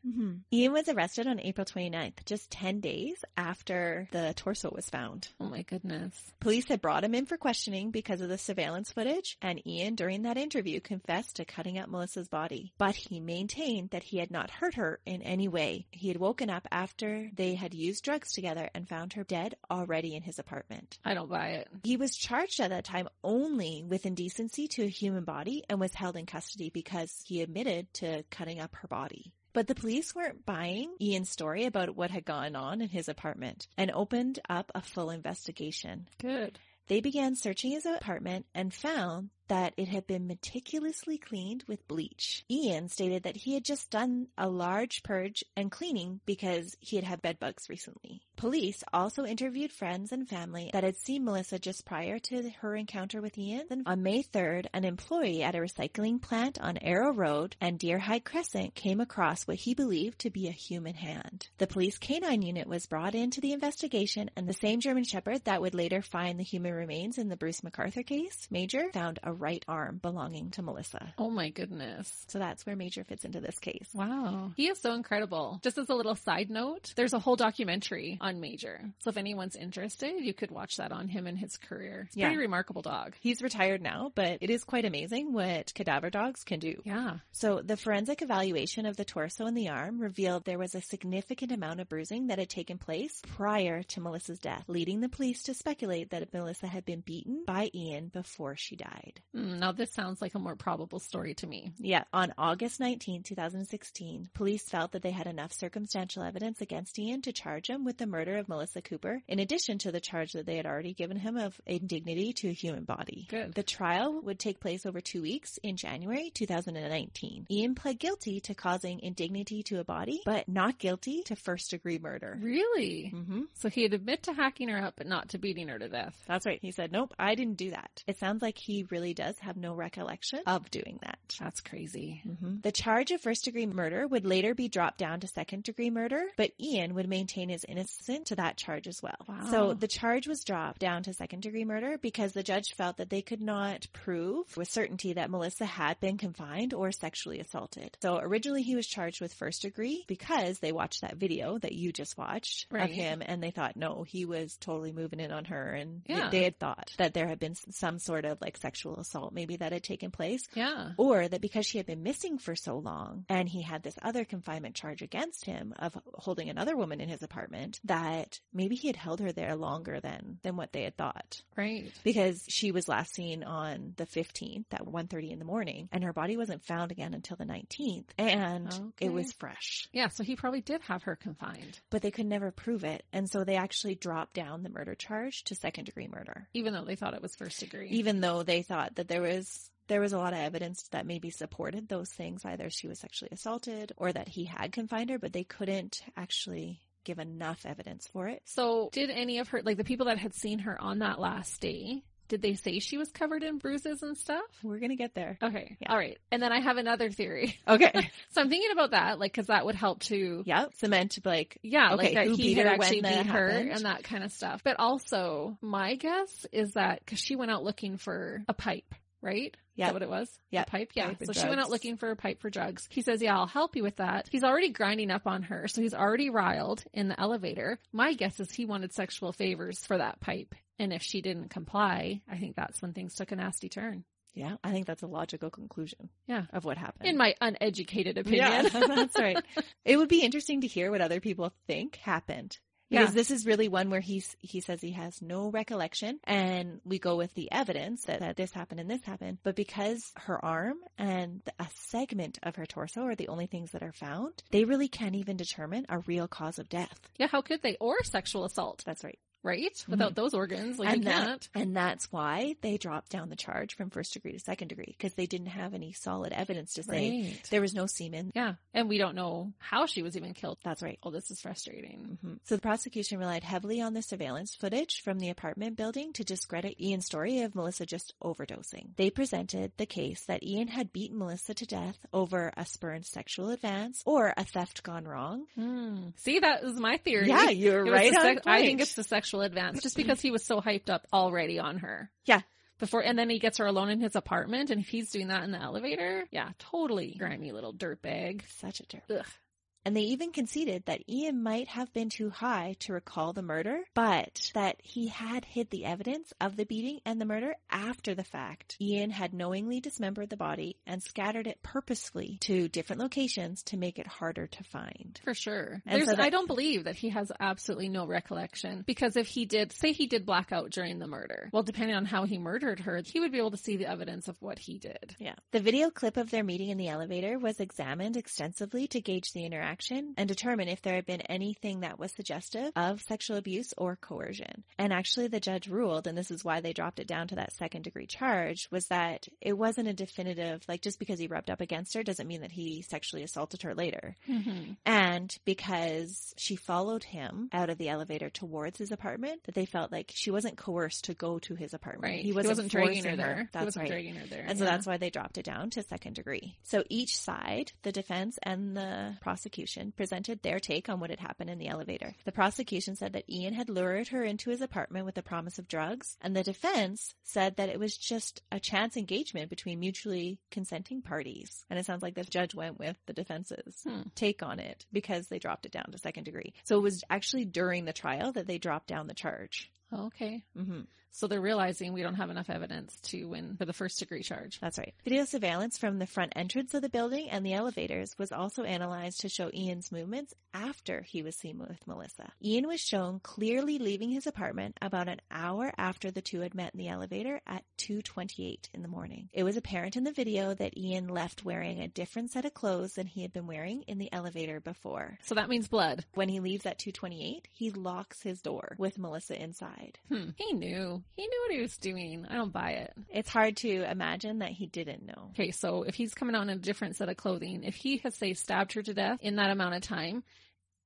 Speaker 2: Ian was arrested on April 29th, just 10 days after the torso was found.
Speaker 1: Oh my goodness.
Speaker 2: Police had brought him in for questioning because of the surveillance footage, and Ian, during that interview, confessed to cutting up Melissa's body. But he maintained that he had not hurt her in any way. He had woken up after they had used drugs together and found her dead already in his apartment.
Speaker 1: I don't buy it.
Speaker 2: He was charged at that time only with indecency to a human body and was held in custody because he admitted to cutting up her body. But the police weren't buying Ian's story about what had gone on in his apartment and opened up a full investigation.
Speaker 1: Good.
Speaker 2: They began searching his apartment and found that it had been meticulously cleaned with bleach. Ian stated that he had just done a large purge and cleaning because he had had bed bugs recently. Police also interviewed friends and family that had seen Melissa just prior to her encounter with Ian. And on May 3rd, an employee at a recycling plant on Arrow Road and Deer High Crescent came across what he believed to be a human hand. The police canine unit was brought into the investigation and the same German Shepherd that would later find the human remains in the Bruce MacArthur case, Major, found a right arm belonging to Melissa.
Speaker 1: Oh my goodness.
Speaker 2: So that's where Major fits into this case.
Speaker 1: Wow. He is so incredible. Just as a little side note, there's a whole documentary on Major. So if anyone's interested, you could watch that on him and his career. It's a
Speaker 2: Yeah.
Speaker 1: Pretty remarkable dog.
Speaker 2: He's retired now, but it is quite amazing what cadaver dogs can do.
Speaker 1: Yeah.
Speaker 2: So the forensic evaluation of the torso and the arm revealed there was a significant amount of bruising that had taken place prior to Melissa's death, leading the police to speculate that Melissa had been beaten by Ian before she died.
Speaker 1: Mm, now this sounds like a more probable story to me.
Speaker 2: Yeah, on August 19, 2016, police felt that they had enough circumstantial evidence against Ian to charge him with the murder of Melissa Cooper, in addition to the charge that they had already given him of indignity to a human body.
Speaker 1: Good.
Speaker 2: The trial would take place over two weeks in January 2019. Ian pled guilty to causing indignity to a body, but not guilty to first degree murder.
Speaker 1: Really?
Speaker 2: Mm-hmm.
Speaker 1: So he'd admit to hacking her up, but not to beating her to death.
Speaker 2: That's right. He said, nope, I didn't do that. It sounds like he really does have no recollection of doing that.
Speaker 1: That's crazy.
Speaker 2: The charge of first degree murder would later be dropped down to second degree murder, but Ian would maintain his innocence to that charge as well.
Speaker 1: Wow.
Speaker 2: So the charge was dropped down to second degree murder because the judge felt that they could not prove with certainty that Melissa had been confined or sexually assaulted. So originally he was charged with first degree because they watched that video that you just watched
Speaker 1: Right.
Speaker 2: of him and they thought, no, he was totally moving in on her and
Speaker 1: Yeah.
Speaker 2: they had thought that there had been s- some sort of like sexual assault maybe that had taken place.
Speaker 1: Yeah.
Speaker 2: Or that because she had been missing for so long and he had this other confinement charge against him of holding another woman in his apartment, that maybe he had held her there longer than, than what they had thought
Speaker 1: Right.
Speaker 2: because she was last seen on the 15th at 1.30 in the morning and her body wasn't found again until the 19th and
Speaker 1: Okay.
Speaker 2: it was fresh
Speaker 1: Yeah. So he probably did have her confined,
Speaker 2: but they could never prove it and so they actually dropped down the murder charge to second degree murder
Speaker 1: even though they thought it was first degree.
Speaker 2: even though they thought that there was there was a lot of evidence that maybe supported those things either she was sexually assaulted or that he had confined her but they couldn't actually give enough evidence for it
Speaker 1: so did any of her, like the people that had seen her on that last day, did they say she was covered in bruises and stuff?
Speaker 2: we're gonna get there
Speaker 1: Okay.
Speaker 2: Yeah.
Speaker 1: All right. And then I have another theory.
Speaker 2: okay
Speaker 1: So I'm thinking about that, like, cause that would help to
Speaker 2: yep cement like
Speaker 1: Yeah,
Speaker 2: Okay,
Speaker 1: like that
Speaker 2: who
Speaker 1: he
Speaker 2: beat
Speaker 1: had
Speaker 2: her
Speaker 1: actually
Speaker 2: when that
Speaker 1: beat her
Speaker 2: happened?
Speaker 1: and that kind of stuff. But also, my guess is that because she went out looking for a pipe, right? Is
Speaker 2: yeah
Speaker 1: that what it was? A
Speaker 2: Yep.
Speaker 1: pipe. Yeah.
Speaker 2: Pipe and
Speaker 1: so she went out
Speaker 2: drugs.
Speaker 1: looking for a pipe for drugs. He says, "Yeah, I'll help you with that." He's already grinding up on her, so he's already riled in the elevator. My guess is he wanted sexual favors for that pipe, and if she didn't comply, I think that's when things took a nasty turn.
Speaker 2: Yeah, I think that's a logical conclusion.
Speaker 1: Yeah.
Speaker 2: of what happened.
Speaker 1: In my uneducated
Speaker 2: yeah,
Speaker 1: opinion.
Speaker 2: that's right. It would be interesting to hear what other people think happened. Because
Speaker 1: Yeah.
Speaker 2: this is really one where he's, he says he has no recollection and we go with the evidence that, that this happened and this happened. But because her arm and a segment of her torso are the only things that are found, they really can't even determine a real cause of death.
Speaker 1: yeah. How could they? Or sexual assault,
Speaker 2: That's right.
Speaker 1: right? Without those organs, like
Speaker 2: Mm-hmm. and
Speaker 1: they
Speaker 2: that-
Speaker 1: can't.
Speaker 2: and that's why they dropped down the charge from first degree to second degree because they didn't have any solid evidence to say
Speaker 1: Right.
Speaker 2: there was no semen.
Speaker 1: Yeah. And we don't know how she was even killed.
Speaker 2: That's right.
Speaker 1: Oh, this is frustrating.
Speaker 2: Mhm. So the prosecution relied heavily on the surveillance footage from the apartment building to discredit Ian's story of Melissa just overdosing. They presented the case that Ian had beaten Melissa to death over a spurned sexual advance or a theft gone wrong.
Speaker 1: Hmm. See, that was my theory. It
Speaker 2: you're
Speaker 1: was the sex- I think it's the sexual advance just because he was so hyped up already on her.
Speaker 2: Yeah.
Speaker 1: Before, and then he gets her alone in his apartment and if he's doing that in the elevator. Yeah, totally grimy little dirtbag.
Speaker 2: such a terrible.
Speaker 1: Ugh.
Speaker 2: And they even conceded that Ian might have been too high to recall the murder, but that he had hid the evidence of the beating and the murder after the fact. Ian had knowingly dismembered the body and scattered it purposefully to different locations to make it harder to find.
Speaker 1: For sure.
Speaker 2: And
Speaker 1: There's,
Speaker 2: so that-
Speaker 1: I don't believe that he has absolutely no recollection because if he did, say he did blackout during the murder, well, depending on how he murdered her, he would be able to see the evidence of what he did.
Speaker 2: Yeah. The video clip of their meeting in the elevator was examined extensively to gauge the interaction and determine if there had been anything that was suggestive of sexual abuse or coercion. And actually the judge ruled, and this is why they dropped it down to that second degree charge, was that it wasn't a definitive, like just because he rubbed up against her doesn't mean that he sexually assaulted her later. And because she followed him out of the elevator towards his apartment, that they felt like she wasn't coerced to go to his apartment.
Speaker 1: Right.
Speaker 2: He wasn't,
Speaker 1: dragging
Speaker 2: forcing
Speaker 1: her there.
Speaker 2: That's
Speaker 1: he wasn't
Speaker 2: right.
Speaker 1: dragging her there.
Speaker 2: And so
Speaker 1: yeah.
Speaker 2: that's why they dropped it down to second degree. So each side, the defense and the prosecution, presented their take on what had happened in the elevator. The prosecution said that Ian had lured her into his apartment with the promise of drugs, and the defense said that it was just a chance engagement between mutually consenting parties. And it sounds like the judge went with the defense's
Speaker 1: Hmm.
Speaker 2: take on it because they dropped it down to second degree. So it was actually during the trial that they dropped down the charge.
Speaker 1: Okay.
Speaker 2: hmm
Speaker 1: So they're realizing we don't have enough evidence to win for the first degree charge.
Speaker 2: That's right. Video surveillance from the front entrance of the building and the elevators was also analyzed to show Ian's movements after he was seen with Melissa. Ian was shown clearly leaving his apartment about an hour after the two had met in the elevator at 2:28 in the morning. It was apparent in the video that Ian left wearing a different set of clothes than he had been wearing in the elevator before.
Speaker 1: So that means blood.
Speaker 2: When he leaves at 2:28, he locks his door with Melissa inside.
Speaker 1: Hmm. He knew. He knew what he was doing. I don't buy it.
Speaker 2: It's hard to imagine that he didn't know.
Speaker 1: Okay, so if he's coming out in a different set of clothing, if he has say stabbed her to death in that amount of time,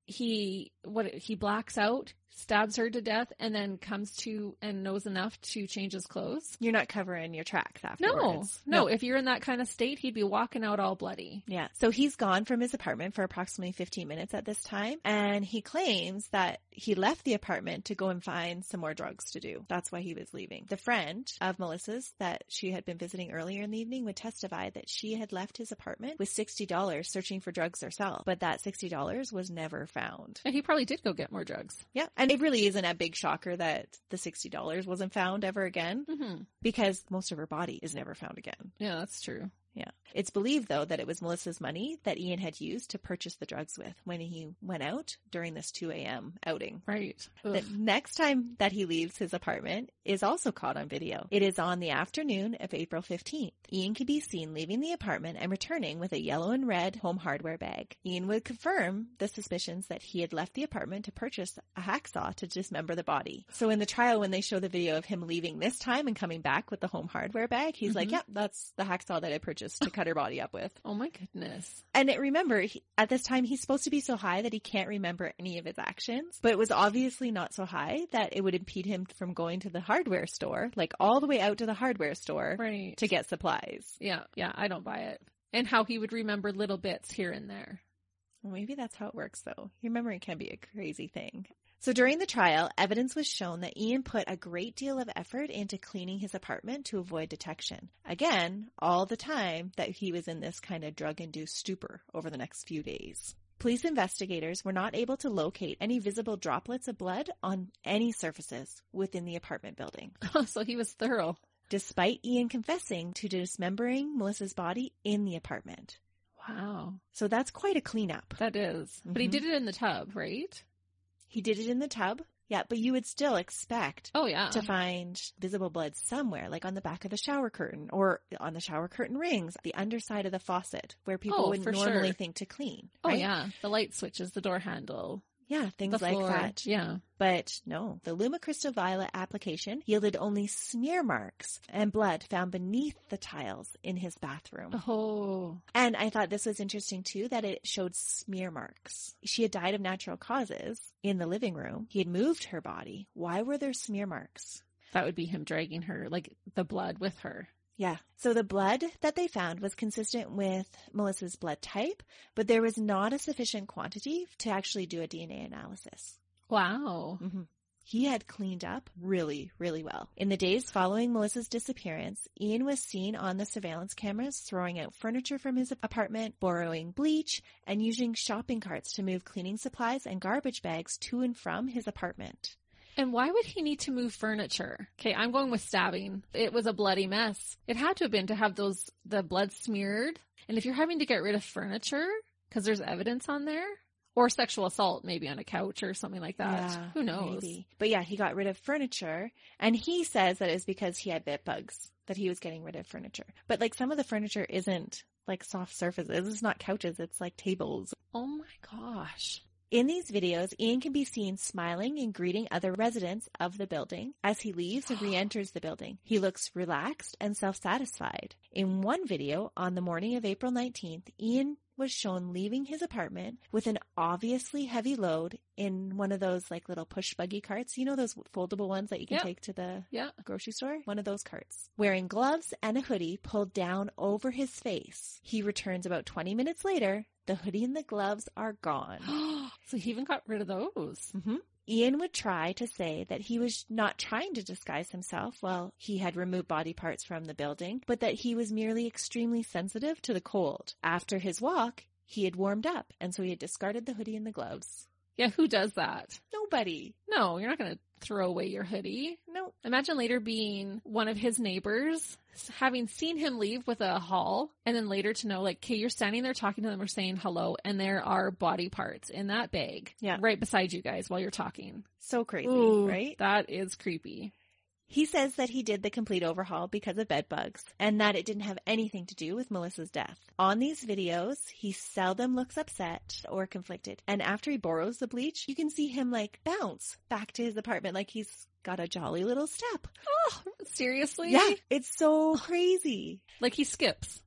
Speaker 1: he what he blacks out, stabs her to death, and then comes to and knows enough to change his clothes.
Speaker 2: You're not covering your tracks
Speaker 1: No,
Speaker 2: afterwards.
Speaker 1: no. If you're in that kind of state, he'd be walking out all bloody.
Speaker 2: Yeah. So he's gone from his apartment for approximately 15 minutes at this time. And he claims that he left the apartment to go and find some more drugs to do. That's why he was leaving. The friend of Melissa's that she had been visiting earlier in the evening would testify that she had left his apartment with $60 searching for drugs herself, but that $60 was never found.
Speaker 1: And he probably did go get more drugs.
Speaker 2: Yeah. And And it really isn't a big shocker that the $60 wasn't found ever again
Speaker 1: Mm-hmm.
Speaker 2: because most of her body is never found again.
Speaker 1: Yeah, that's true.
Speaker 2: Yeah. It's believed, though, that it was Melissa's money that Ian had used to purchase the drugs with when he went out during this 2 a.m. outing.
Speaker 1: Right.
Speaker 2: The
Speaker 1: Ugh.
Speaker 2: next time that he leaves his apartment is also caught on video. It is on the afternoon of April 15th. Ian could be seen leaving the apartment and returning with a yellow and red home hardware bag. Ian would confirm the suspicions that he had left the apartment to purchase a hacksaw to dismember the body. So in the trial, when they show the video of him leaving this time and coming back with the home hardware bag, he's like,
Speaker 1: Mhm.
Speaker 2: yep, that's the hacksaw that I purchased to cut her body up with.
Speaker 1: Oh my goodness.
Speaker 2: And it, remember, he, at this time, he's supposed to be so high that he can't remember any of his actions, but it was obviously not so high that it would impede him from going to the hardware store, like all the way out to the hardware store
Speaker 1: Right.
Speaker 2: to get supplies.
Speaker 1: Yeah. Yeah. I don't buy it. And how he would remember little bits here and there.
Speaker 2: Well, maybe that's how it works though. Your memory can be a crazy thing. So during the trial, evidence was shown that Ian put a great deal of effort into cleaning his apartment to avoid detection. Again, all the time that he was in this kind of drug induced stupor over the next few days. Police investigators were not able to locate any visible droplets of blood on any surfaces within the apartment building,
Speaker 1: so he was thorough.
Speaker 2: despite Ian confessing to dismembering Melissa's body in the apartment.
Speaker 1: Wow.
Speaker 2: So that's quite a cleanup.
Speaker 1: That is. But he
Speaker 2: Mhm.
Speaker 1: did it in the tub, right?
Speaker 2: He did it in the tub. Yeah, but you would still expect
Speaker 1: Oh yeah.
Speaker 2: to find visible blood somewhere, like on the back of the shower curtain or on the shower curtain rings, the underside of the faucet, where people
Speaker 1: Oh, for
Speaker 2: wouldn't normally
Speaker 1: sure.
Speaker 2: think to clean.
Speaker 1: Oh
Speaker 2: right?
Speaker 1: yeah. The light switches, the door handle,
Speaker 2: Yeah, things
Speaker 1: the
Speaker 2: like
Speaker 1: floor.
Speaker 2: that.
Speaker 1: Yeah.
Speaker 2: But no, the Luma Crystal Violet application yielded only smear marks and blood found beneath the tiles in his bathroom.
Speaker 1: Oh.
Speaker 2: And I thought this was interesting too that it showed smear marks. She had died of natural causes in the living room. He had moved her body. Why were there smear marks?
Speaker 1: That would be him dragging her, like the blood with her.
Speaker 2: Yeah. So the blood that they found was consistent with Melissa's blood type, but there was not a sufficient quantity to actually do a DNA analysis.
Speaker 1: Wow.
Speaker 2: Mm-hmm. He had cleaned up really, really well. In the days following Melissa's disappearance, Ian was seen on the surveillance cameras throwing out furniture from his apartment, borrowing bleach, and using shopping carts to move cleaning supplies and garbage bags to and from his apartment.
Speaker 1: And why would he need to move furniture? Okay, I'm going with stabbing. It was a bloody mess. It had to have been to have those the blood smeared. And if you're having to get rid of furniture because there's evidence on there, or sexual assault, maybe on a couch or something like that.
Speaker 2: Yeah,
Speaker 1: Who knows?
Speaker 2: maybe. But yeah, he got rid of furniture, and he says that it was because he had bit bugs that he was getting rid of furniture. But like some of the furniture isn't like soft surfaces; it's not couches; it's like tables.
Speaker 1: Oh my gosh.
Speaker 2: In these videos, Ian can be seen smiling and greeting other residents of the building. As he leaves and re-enters the building, he looks relaxed and self-satisfied. In one video, on the morning of April 19th, Ian was shown leaving his apartment with an obviously heavy load in one of those like little push buggy carts. You know those foldable ones that you can
Speaker 1: Yeah.
Speaker 2: take to the
Speaker 1: Yeah.
Speaker 2: grocery store, one of those carts. Wearing gloves and a hoodie pulled down over his face. He returns about 20 minutes later. The hoodie and the gloves are gone.
Speaker 1: so he even got rid of those.
Speaker 2: Mhm. Ian would try to say that he was not trying to disguise himself while he had removed body parts from the building, but that he was merely extremely sensitive to the cold. After his walk, he had warmed up, and so he had discarded the hoodie and the gloves.
Speaker 1: Yeah, who does that?
Speaker 2: Nobody.
Speaker 1: No, you're not going to throw away your hoodie.
Speaker 2: No.
Speaker 1: Imagine later being one of his neighbors, having seen him leave with a haul, and then later to know, like, okay, you're standing there talking to them or saying hello, and there are body parts in that bag
Speaker 2: Yeah.
Speaker 1: right beside you guys while you're talking.
Speaker 2: So crazy,
Speaker 1: Ooh,
Speaker 2: right?
Speaker 1: That is creepy.
Speaker 2: He says that he did the complete overhaul because of bed bugs and that it didn't have anything to do with Melissa's death. On these videos, he seldom looks upset or conflicted. And after he borrows the bleach, you can see him like bounce back to his apartment like he's got a jolly little step.
Speaker 1: Oh, seriously?
Speaker 2: Yeah, it's so crazy.
Speaker 1: Like he skips.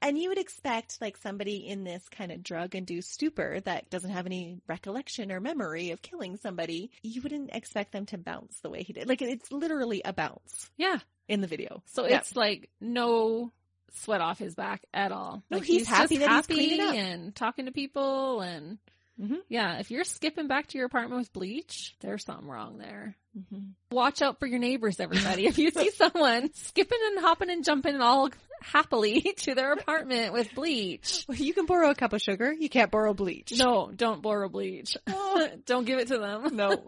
Speaker 2: And you would expect like somebody in this kind of drug induced stupor that doesn't have any recollection or memory of killing somebody, you wouldn't expect them to bounce the way he did. Like it's literally a bounce
Speaker 1: Yeah.
Speaker 2: in the video.
Speaker 1: So
Speaker 2: Yeah.
Speaker 1: it's like no sweat off his back at all.
Speaker 2: No,
Speaker 1: like
Speaker 2: he's happy that he's cleaned
Speaker 1: happy
Speaker 2: up.
Speaker 1: and talking to people and
Speaker 2: Mhm.
Speaker 1: yeah. If you're skipping back to your apartment with bleach, there's something wrong there.
Speaker 2: Mm-hmm.
Speaker 1: Watch out for your neighbors, everybody. if you see someone skipping and hopping and jumping and all happily to their apartment with bleach.
Speaker 2: You can borrow a cup of sugar. You can't borrow bleach.
Speaker 1: No, don't borrow bleach. don't give it to them.
Speaker 2: No.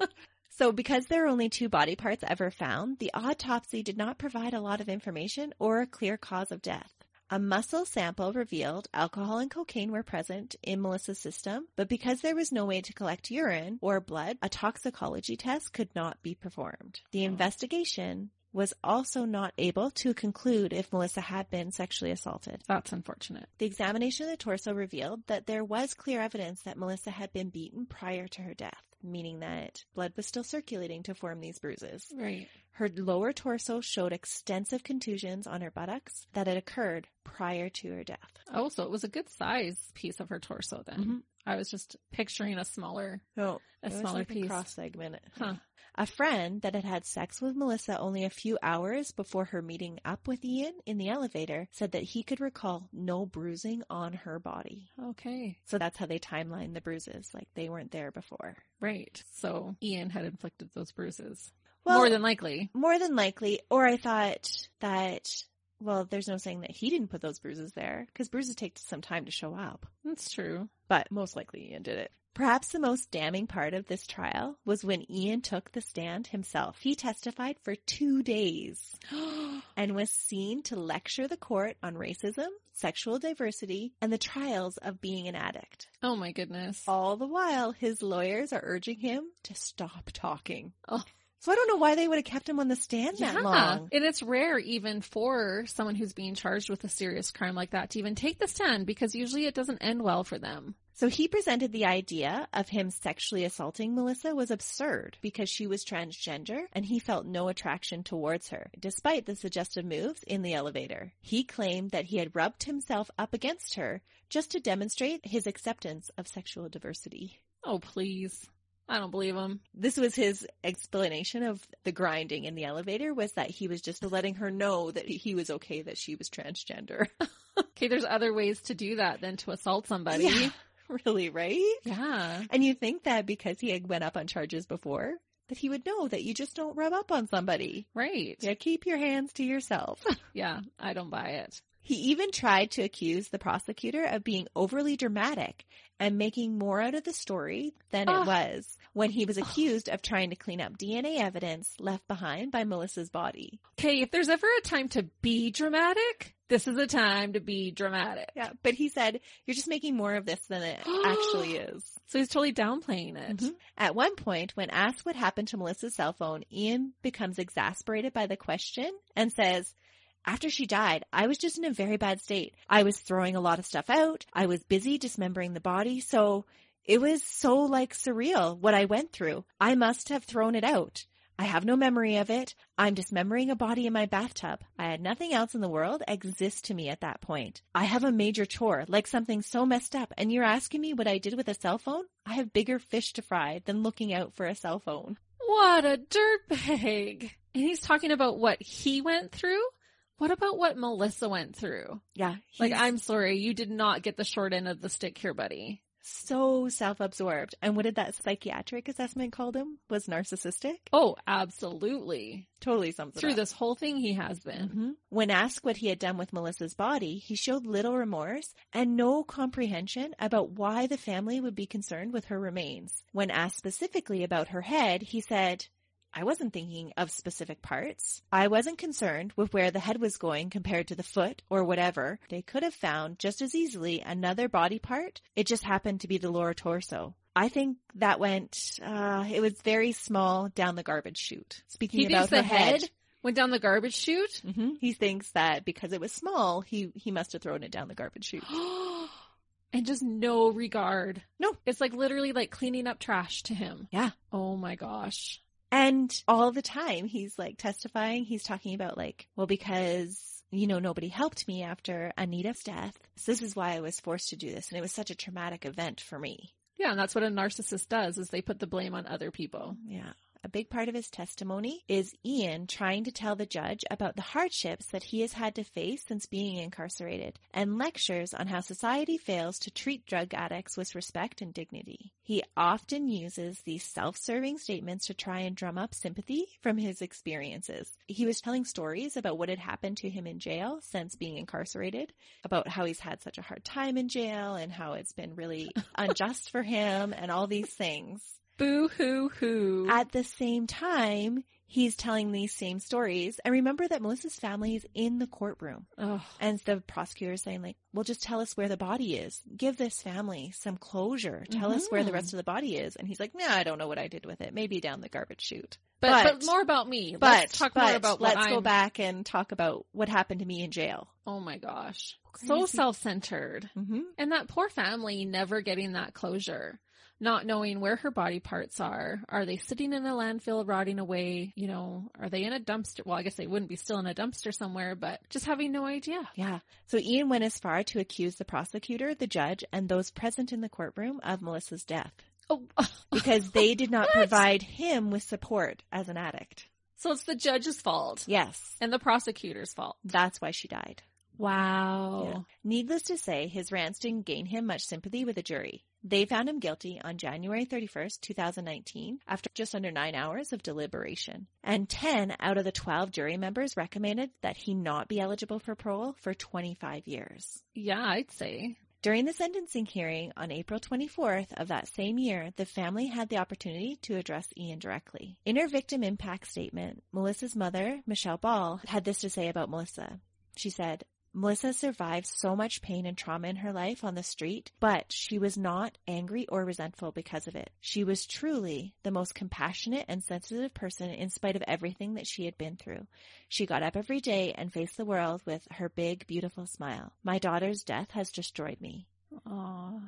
Speaker 2: So because there are only two body parts ever found, the autopsy did not provide a lot of information or a clear cause of death. A muscle sample revealed alcohol and cocaine were present in Melissa's system, but because there was no way to collect urine or blood, a toxicology test could not be performed. The investigation was also not able to conclude if Melissa had been sexually assaulted.
Speaker 1: That's unfortunate.
Speaker 2: The examination of the torso revealed that there was clear evidence that Melissa had been beaten prior to her death, meaning that blood was still circulating to form these bruises.
Speaker 1: Right.
Speaker 2: Her lower torso showed extensive contusions on her buttocks that had occurred prior to her death.
Speaker 1: Oh, so it was a good size piece of her torso then.
Speaker 2: Mhm.
Speaker 1: I was just picturing a smaller,
Speaker 2: Oh,
Speaker 1: a smaller piece.
Speaker 2: cross segment.
Speaker 1: Huh.
Speaker 2: A friend that had had sex with Melissa only a few hours before her meeting up with Ian in the elevator said that he could recall no bruising on her body.
Speaker 1: Okay.
Speaker 2: So that's how they timeline the bruises, like they weren't there before.
Speaker 1: Right. So Ian had inflicted those bruises.
Speaker 2: Well,
Speaker 1: More than likely.
Speaker 2: more than likely, or I thought that well, there's no saying that he didn't put those bruises there because bruises take some time to show up.
Speaker 1: That's true.
Speaker 2: but most likely Ian did it. Perhaps the most damning part of this trial was when Ian took the stand himself. He testified for two days
Speaker 1: Oh
Speaker 2: and was seen to lecture the court on racism, sexual diversity, and the trials of being an addict.
Speaker 1: oh my goodness.
Speaker 2: All the while, his lawyers are urging him to stop talking.
Speaker 1: Oh.
Speaker 2: So I don't know why they would have kept him on the stand that long.
Speaker 1: And it's rare even for someone who's being charged with a serious crime like that to even take the stand because usually it doesn't end well for them.
Speaker 2: So he presented the idea of him sexually assaulting Melissa was absurd because she was transgender and he felt no attraction towards her, despite the suggestive moves in the elevator. He claimed that he had rubbed himself up against her just to demonstrate his acceptance of sexual diversity.
Speaker 1: Oh, please. I don't believe him.
Speaker 2: This was his explanation of the grinding in the elevator was that he was just letting her know that he was okay that she was transgender.
Speaker 1: Okay, there's other ways to do that than to assault somebody.
Speaker 2: Yeah, really, right?
Speaker 1: Yeah.
Speaker 2: And you think that because he had went up on charges before, that he would know that you just don't rub up on somebody.
Speaker 1: Right.
Speaker 2: Yeah, keep your hands to yourself.
Speaker 1: Yeah, I don't buy it.
Speaker 2: he even tried to accuse the prosecutor of being overly dramatic and making more out of the story than
Speaker 1: Ah.
Speaker 2: it was when he was accused of trying to clean up DNA evidence left behind by Melissa's body.
Speaker 1: Okay, if there's ever a time to be dramatic, this is the time to be dramatic.
Speaker 2: Yeah, but he said, you're just making more of this than it actually is.
Speaker 1: So he's totally downplaying it.
Speaker 2: Mhm. At one point, when asked what happened to Melissa's cell phone, Ian becomes exasperated by the question and says, after she died, I was just in a very bad state. I was throwing a lot of stuff out. I was busy dismembering the body. So it was so like surreal what I went through. I must have thrown it out. I have no memory of it. I'm dismembering a body in my bathtub. I had nothing else in the world exist to me at that point. I have a major chore, like something so messed up, and you're asking me what I did with a cell phone? I have bigger fish to fry than looking out for a cell phone.
Speaker 1: What a dirtbag. And he's talking about what he went through. What about what Melissa went through?
Speaker 2: Yeah.
Speaker 1: Like,
Speaker 2: he's
Speaker 1: I'm sorry, you did not get the short end of the stick here, buddy.
Speaker 2: so self-absorbed. And what did that psychiatric assessment called him? Was narcissistic?
Speaker 1: Oh, absolutely.
Speaker 2: Totally something.
Speaker 1: Through this whole thing, he has been.
Speaker 2: Mhm. When asked what he had done with Melissa's body, he showed little remorse and no comprehension about why the family would be concerned with her remains. When asked specifically about her head, he said, I wasn't thinking of specific parts. I wasn't concerned with where the head was going compared to the foot or whatever. They could have found just as easily another body part. It just happened to be the lower torso. I think that went, uh, it was very small down the garbage chute. Speaking
Speaker 1: He
Speaker 2: about
Speaker 1: thinks
Speaker 2: her
Speaker 1: the
Speaker 2: head.
Speaker 1: head went down the garbage chute.
Speaker 2: hmm He thinks that because it was small, he he must have thrown it down the garbage chute.
Speaker 1: and just no regard.
Speaker 2: No.
Speaker 1: It's like literally like cleaning up trash to him.
Speaker 2: Yeah.
Speaker 1: Oh my gosh.
Speaker 2: And all the time he's like testifying, he's talking about like, well, because you know, nobody helped me after Anita's death. So this is why I was forced to do this. And it was such a traumatic event for me.
Speaker 1: Yeah, and that's what a narcissist does is they put the blame on other people.
Speaker 2: Yeah. A big part of his testimony is Ian trying to tell the judge about the hardships that he has had to face since being incarcerated and lectures on how society fails to treat drug addicts with respect and dignity. He often uses these self-serving statements to try and drum up sympathy from his experiences. He was telling stories about what had happened to him in jail since being incarcerated, about how he's had such a hard time in jail and how it's been really unjust for him and all these things.
Speaker 1: Boo hoo hoo.
Speaker 2: At the same time, he's telling these same stories. And remember that Melissa's family is in the courtroom.
Speaker 1: Ugh.
Speaker 2: And the prosecutor's saying, like, well, just tell us where the body is. Give this family some closure. Tell us where the
Speaker 1: Mhm.
Speaker 2: rest of the body is. And he's like, nah, I don't know what I did with it. Maybe down the garbage chute.
Speaker 1: But,
Speaker 2: But-
Speaker 1: but more about me.
Speaker 2: But
Speaker 1: let's talk more
Speaker 2: but
Speaker 1: about what
Speaker 2: let's go
Speaker 1: I'm-
Speaker 2: back and talk about what happened to me in jail.
Speaker 1: Oh my gosh. So
Speaker 2: Crazy.
Speaker 1: self-centered.
Speaker 2: Mm-hmm.
Speaker 1: And that poor family never getting that closure, not knowing where her body parts are. Are they sitting in a landfill rotting away? You know, are they in a dumpster? Well, I guess they wouldn't be still in a dumpster somewhere, but just having no idea.
Speaker 2: Yeah. So Ian went as far to accuse the prosecutor, the judge, and those present in the courtroom of Melissa's death
Speaker 1: Oh,
Speaker 2: because they did not
Speaker 1: What?
Speaker 2: provide him with support as an addict.
Speaker 1: so it's the judge's fault
Speaker 2: Yes.
Speaker 1: and the prosecutor's fault.
Speaker 2: That's why she died.
Speaker 1: Wow.
Speaker 2: Needless to say, his rants didn't gain him much sympathy with the jury. They found him guilty on January 31st, 2019, after just under nine hours of deliberation. And 10 out of the 12 jury members recommended that he not be eligible for parole for 25 years.
Speaker 1: Yeah, I'd say.
Speaker 2: During the sentencing hearing on April 24th of that same year, the family had the opportunity to address Ian directly. In her victim impact statement, Melissa's mother, Michelle Ball, had this to say about Melissa. She said, Melissa survived so much pain and trauma in her life on the street, but she was not angry or resentful because of it. She was truly the most compassionate and sensitive person in spite of everything that she had been through. She got up every day and faced the world with her big, beautiful smile. My daughter's death has destroyed me.
Speaker 1: Oh,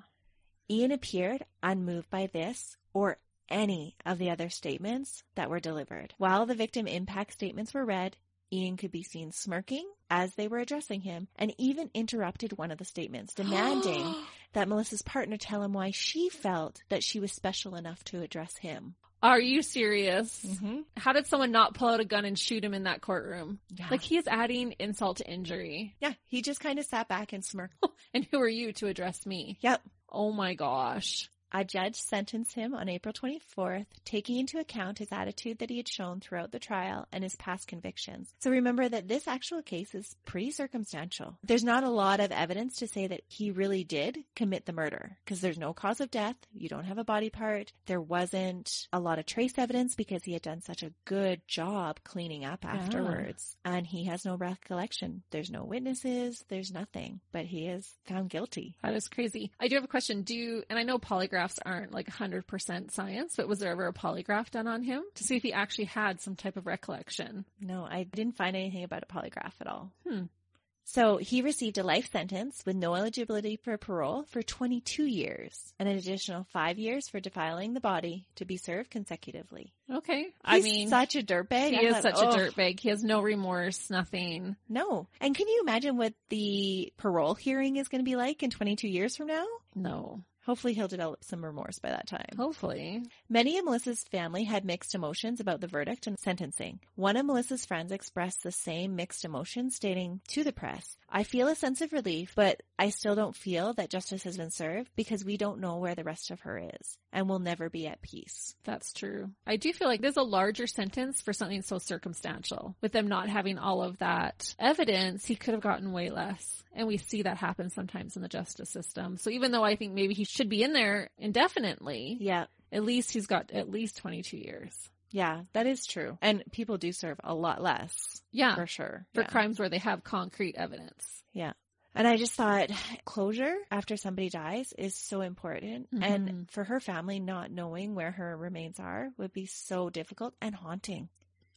Speaker 2: Ian appeared unmoved by this or any of the other statements that were delivered. While the victim impact statements were read, Ian could be seen smirking as they were addressing him and even interrupted one of the statements, demanding that Melissa's partner tell him why she felt that she was special enough to address him.
Speaker 1: Are you serious?
Speaker 2: Mm-hmm.
Speaker 1: How did someone not pull out a gun and shoot him in that courtroom?
Speaker 2: Yeah.
Speaker 1: Like he is adding insult to injury.
Speaker 2: yeah, he just kind of sat back and smirked.
Speaker 1: And who are you to address me?
Speaker 2: Yep.
Speaker 1: Oh my gosh.
Speaker 2: A judge sentenced him on April 24th, taking into account his attitude that he had shown throughout the trial and his past convictions. So remember that this actual case is pretty circumstantial. There's not a lot of evidence to say that he really did commit the murder because there's no cause of death. You don't have a body part. There wasn't a lot of trace evidence because he had done such a good job cleaning up
Speaker 1: Yeah.
Speaker 2: afterwards. And he has no recollection. There's no witnesses. There's nothing, but he is found guilty.
Speaker 1: That is crazy. I do have a question. Do you, and I know polygraphs aren't like 100% science, but was there ever a polygraph done on him to see if he actually had some type of recollection?
Speaker 2: No, I didn't find anything about a polygraph at all.
Speaker 1: Hmm.
Speaker 2: So he received a life sentence with no eligibility for parole for 22 years and an additional five years for defiling the body to be served consecutively.
Speaker 1: Okay. I
Speaker 2: He's
Speaker 1: mean,
Speaker 2: such a dirtbag.
Speaker 1: he
Speaker 2: I
Speaker 1: is
Speaker 2: thought,
Speaker 1: such
Speaker 2: "Oh,
Speaker 1: a dirtbag. He has no remorse, nothing.
Speaker 2: No. And can you imagine what the parole hearing is going to be like in 22 years from now?
Speaker 1: No.
Speaker 2: Hopefully he'll develop some remorse by that time.
Speaker 1: Hopefully.
Speaker 2: Many of Melissa's family had mixed emotions about the verdict and sentencing. One of Melissa's friends expressed the same mixed emotions, stating to the press, I feel a sense of relief, but I still don't feel that justice has been served because we don't know where the rest of her is and will never be at peace.
Speaker 1: That's true. I do feel like there's a larger sentence for something so circumstantial. With them not having all of that evidence, he could have gotten way less. And we see that happen sometimes in the justice system. So even though I think maybe he should be in there indefinitely,
Speaker 2: Yeah.
Speaker 1: at least he's got at least 22 years.
Speaker 2: Yeah, that is true. And people do serve a lot less
Speaker 1: Yeah. For,
Speaker 2: for sure Yeah.
Speaker 1: crimes where they have concrete evidence.
Speaker 2: And I just thought closure after somebody dies is so important. And
Speaker 1: Mhm.
Speaker 2: for her family, not knowing where her remains are would be so difficult and haunting.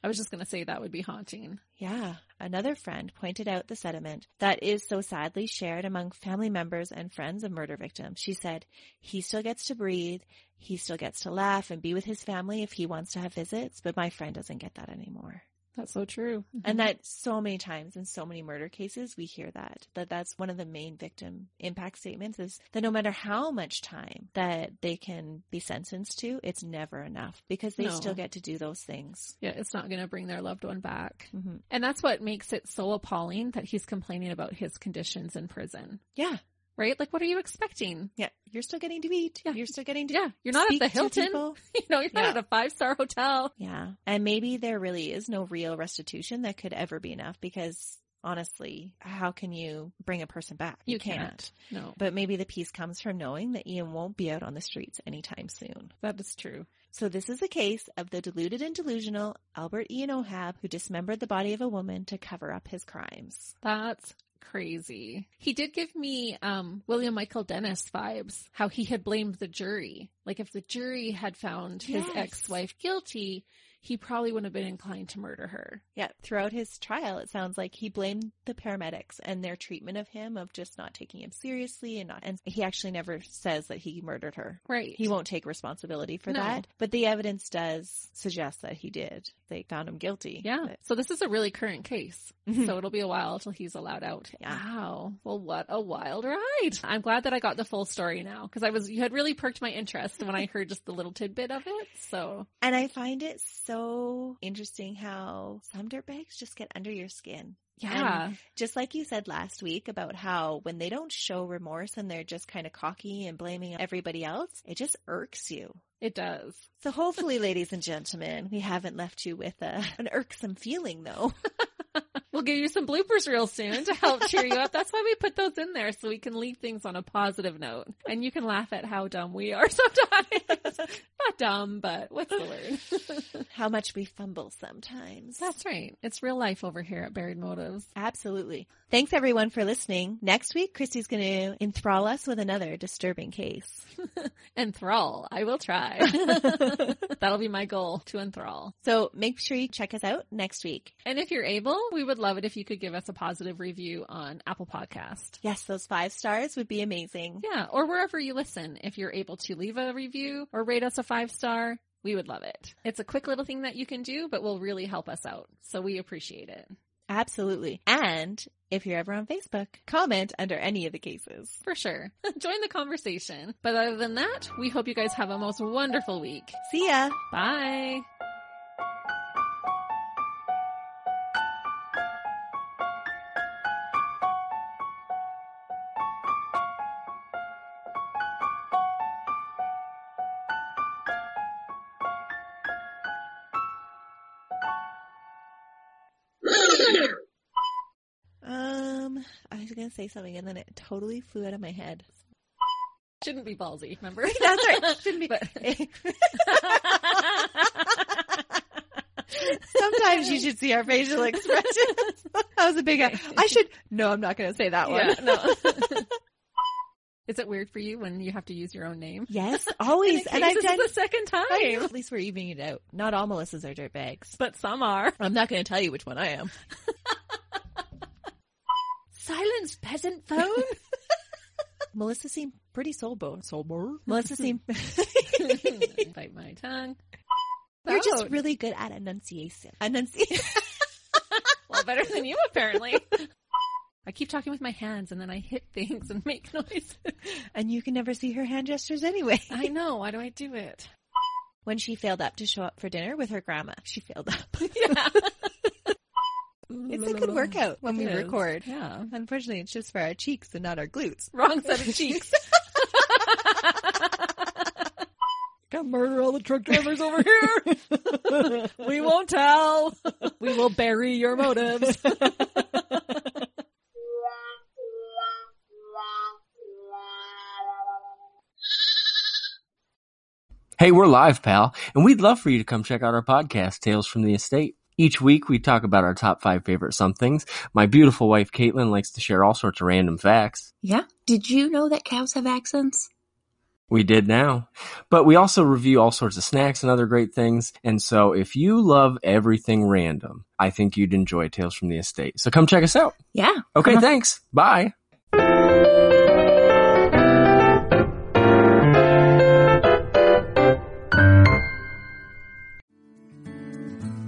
Speaker 1: I was just going to say that would be haunting.
Speaker 2: Yeah. Another friend pointed out the sentiment that is so sadly shared among family members and friends of murder victims. She said, he still gets to breathe. He still gets to laugh and be with his family if he wants to have visits, but my friend doesn't get that anymore.
Speaker 1: That's so true. Mm-hmm.
Speaker 2: And that so many times in so many murder cases, we hear that, that that's one of the main victim impact statements is that no matter how much time that they can be sentenced to, it's never enough because they
Speaker 1: No.
Speaker 2: still get to do those things.
Speaker 1: yeah, it's not going to bring their loved one back.
Speaker 2: hmm
Speaker 1: And that's what makes it so appalling that he's complaining about his conditions in prison,
Speaker 2: Yeah.
Speaker 1: right? Like, what are you expecting?
Speaker 2: Yeah. You're still getting to eat.
Speaker 1: Yeah.
Speaker 2: You're still getting to
Speaker 1: Yeah, you're not at
Speaker 2: speak
Speaker 1: the
Speaker 2: to
Speaker 1: Hilton.
Speaker 2: people.
Speaker 1: You know, you're not
Speaker 2: Yeah.
Speaker 1: at a five star hotel.
Speaker 2: Yeah. And maybe there really is no real restitution that could ever be enough because honestly, how can you bring a person back?
Speaker 1: You can't. No,
Speaker 2: But maybe the peace comes from knowing that Ian won't be out on the streets anytime soon.
Speaker 1: that is true.
Speaker 2: So this is a case of the deluded and delusional Albert Ian Ohab who dismembered the body of a woman to cover up his crimes.
Speaker 1: That's crazy. He did give me um William Michael Dennis vibes, how he had blamed the jury. Like if the jury had found
Speaker 2: Yes.
Speaker 1: his ex-wife guilty, he probably wouldn't have been inclined to murder her.
Speaker 2: Yeah, throughout his trial, it sounds like he blamed the paramedics and their treatment of him of just not taking him seriously and not, and he actually never says that he murdered her.
Speaker 1: Right.
Speaker 2: He won't take responsibility for
Speaker 1: No.
Speaker 2: that, but the evidence does suggest that he did. They found him guilty.
Speaker 1: yeah. Mm-hmm.
Speaker 2: But-
Speaker 1: So this is a really current case. so it'll be a while till he's allowed out.
Speaker 2: Yeah.
Speaker 1: Wow. Well, what a wild ride. I'm glad that I got the full story now because I was, you had really perked my interest when I heard just the little tidbit of it. So
Speaker 2: And I find it so interesting how some dirtbags just get under your skin.
Speaker 1: yeah.
Speaker 2: Just like you said last week about how when they don't show remorse and they're just kind of cocky and blaming everybody else, it just irks you.
Speaker 1: it does.
Speaker 2: So hopefully, ladies and gentlemen, we haven't left you with a, an irksome feeling though.
Speaker 1: We'll give you some bloopers real soon to help cheer you up. That's why we put those in there so we can leave things on a positive note and you can laugh at how dumb we are sometimes. Not dumb, but what's the word?
Speaker 2: how much we fumble sometimes.
Speaker 1: That's right. It's real life over here at Buried Motives.
Speaker 2: Absolutely. Thanks everyone for listening. Next week, Christy's going to enthrall us with another disturbing case.
Speaker 1: Enthrall. I will try. That'll be my goal to enthrall.
Speaker 2: So make sure you check us out next week.
Speaker 1: And if you're able, we would love it if you could give us a positive review on Apple Podcast.
Speaker 2: Yes, those five stars would be amazing.
Speaker 1: Yeah, or wherever you listen. If you're able to leave a review or rate us a five star, we would love it. It's a quick little thing that you can do, but will really help us out. So we appreciate it.
Speaker 2: Absolutely. And if you're ever on Facebook, comment under any of the cases.
Speaker 1: For sure. Join the conversation. But other than that, we hope you guys have a most wonderful week.
Speaker 2: See ya.
Speaker 1: Bye.
Speaker 2: Um, I was going to say something and then it totally flew out of my head.
Speaker 1: Shouldn't be ballsy, remember?
Speaker 2: That's right. Shouldn't be. Sometimes you should see our facial expressions. that was a big. I should. No, I'm not going to say that one.
Speaker 1: Yeah, no. Is it weird for you when you have to use your own name?
Speaker 2: Yes, always.
Speaker 1: In case
Speaker 2: and I've
Speaker 1: this
Speaker 2: done.
Speaker 1: is the second
Speaker 2: I know,
Speaker 1: time,
Speaker 2: At least we're evening it out. Not all Melissas are dirtbags.
Speaker 1: but some are.
Speaker 2: I'm not going to tell you which one I am.
Speaker 1: Silence, peasant phone.
Speaker 2: Melissa seemed pretty sober. Sober. Melissa seemed.
Speaker 1: Bite my tongue.
Speaker 2: You're just
Speaker 1: Out.
Speaker 2: really good at enunciation. Enunciation.
Speaker 1: well better than you apparently. I keep talking with my hands and then I hit things and make noise.
Speaker 2: and you can never see her hand gestures anyway.
Speaker 1: I know. Why do I do it?
Speaker 2: When she failed up to show up for dinner with her grandma, she failed up.
Speaker 1: Yeah.
Speaker 2: It's a good workout when we
Speaker 1: It is.
Speaker 2: record.
Speaker 1: Yeah.
Speaker 2: Unfortunately, it's just for our cheeks and not our glutes.
Speaker 1: Wrong set of cheeks.
Speaker 2: Got murder all the truck drivers over here.
Speaker 1: we won't tell. We will bury your motives.
Speaker 3: Hey, we're live, pal, and we'd love for you to come check out our podcast, Tales from the Estate. Each week, we talk about our top five favorite somethings. My beautiful wife, Caitlin, likes to share all sorts of random facts.
Speaker 4: Yeah. Did you know that cows have accents?
Speaker 3: We did now. But we also review all sorts of snacks and other great things. And so, if you love everything random, I think you'd enjoy Tales from the Estate. So come check us out.
Speaker 4: Yeah.
Speaker 3: Okay, thanks. Bye.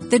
Speaker 5: The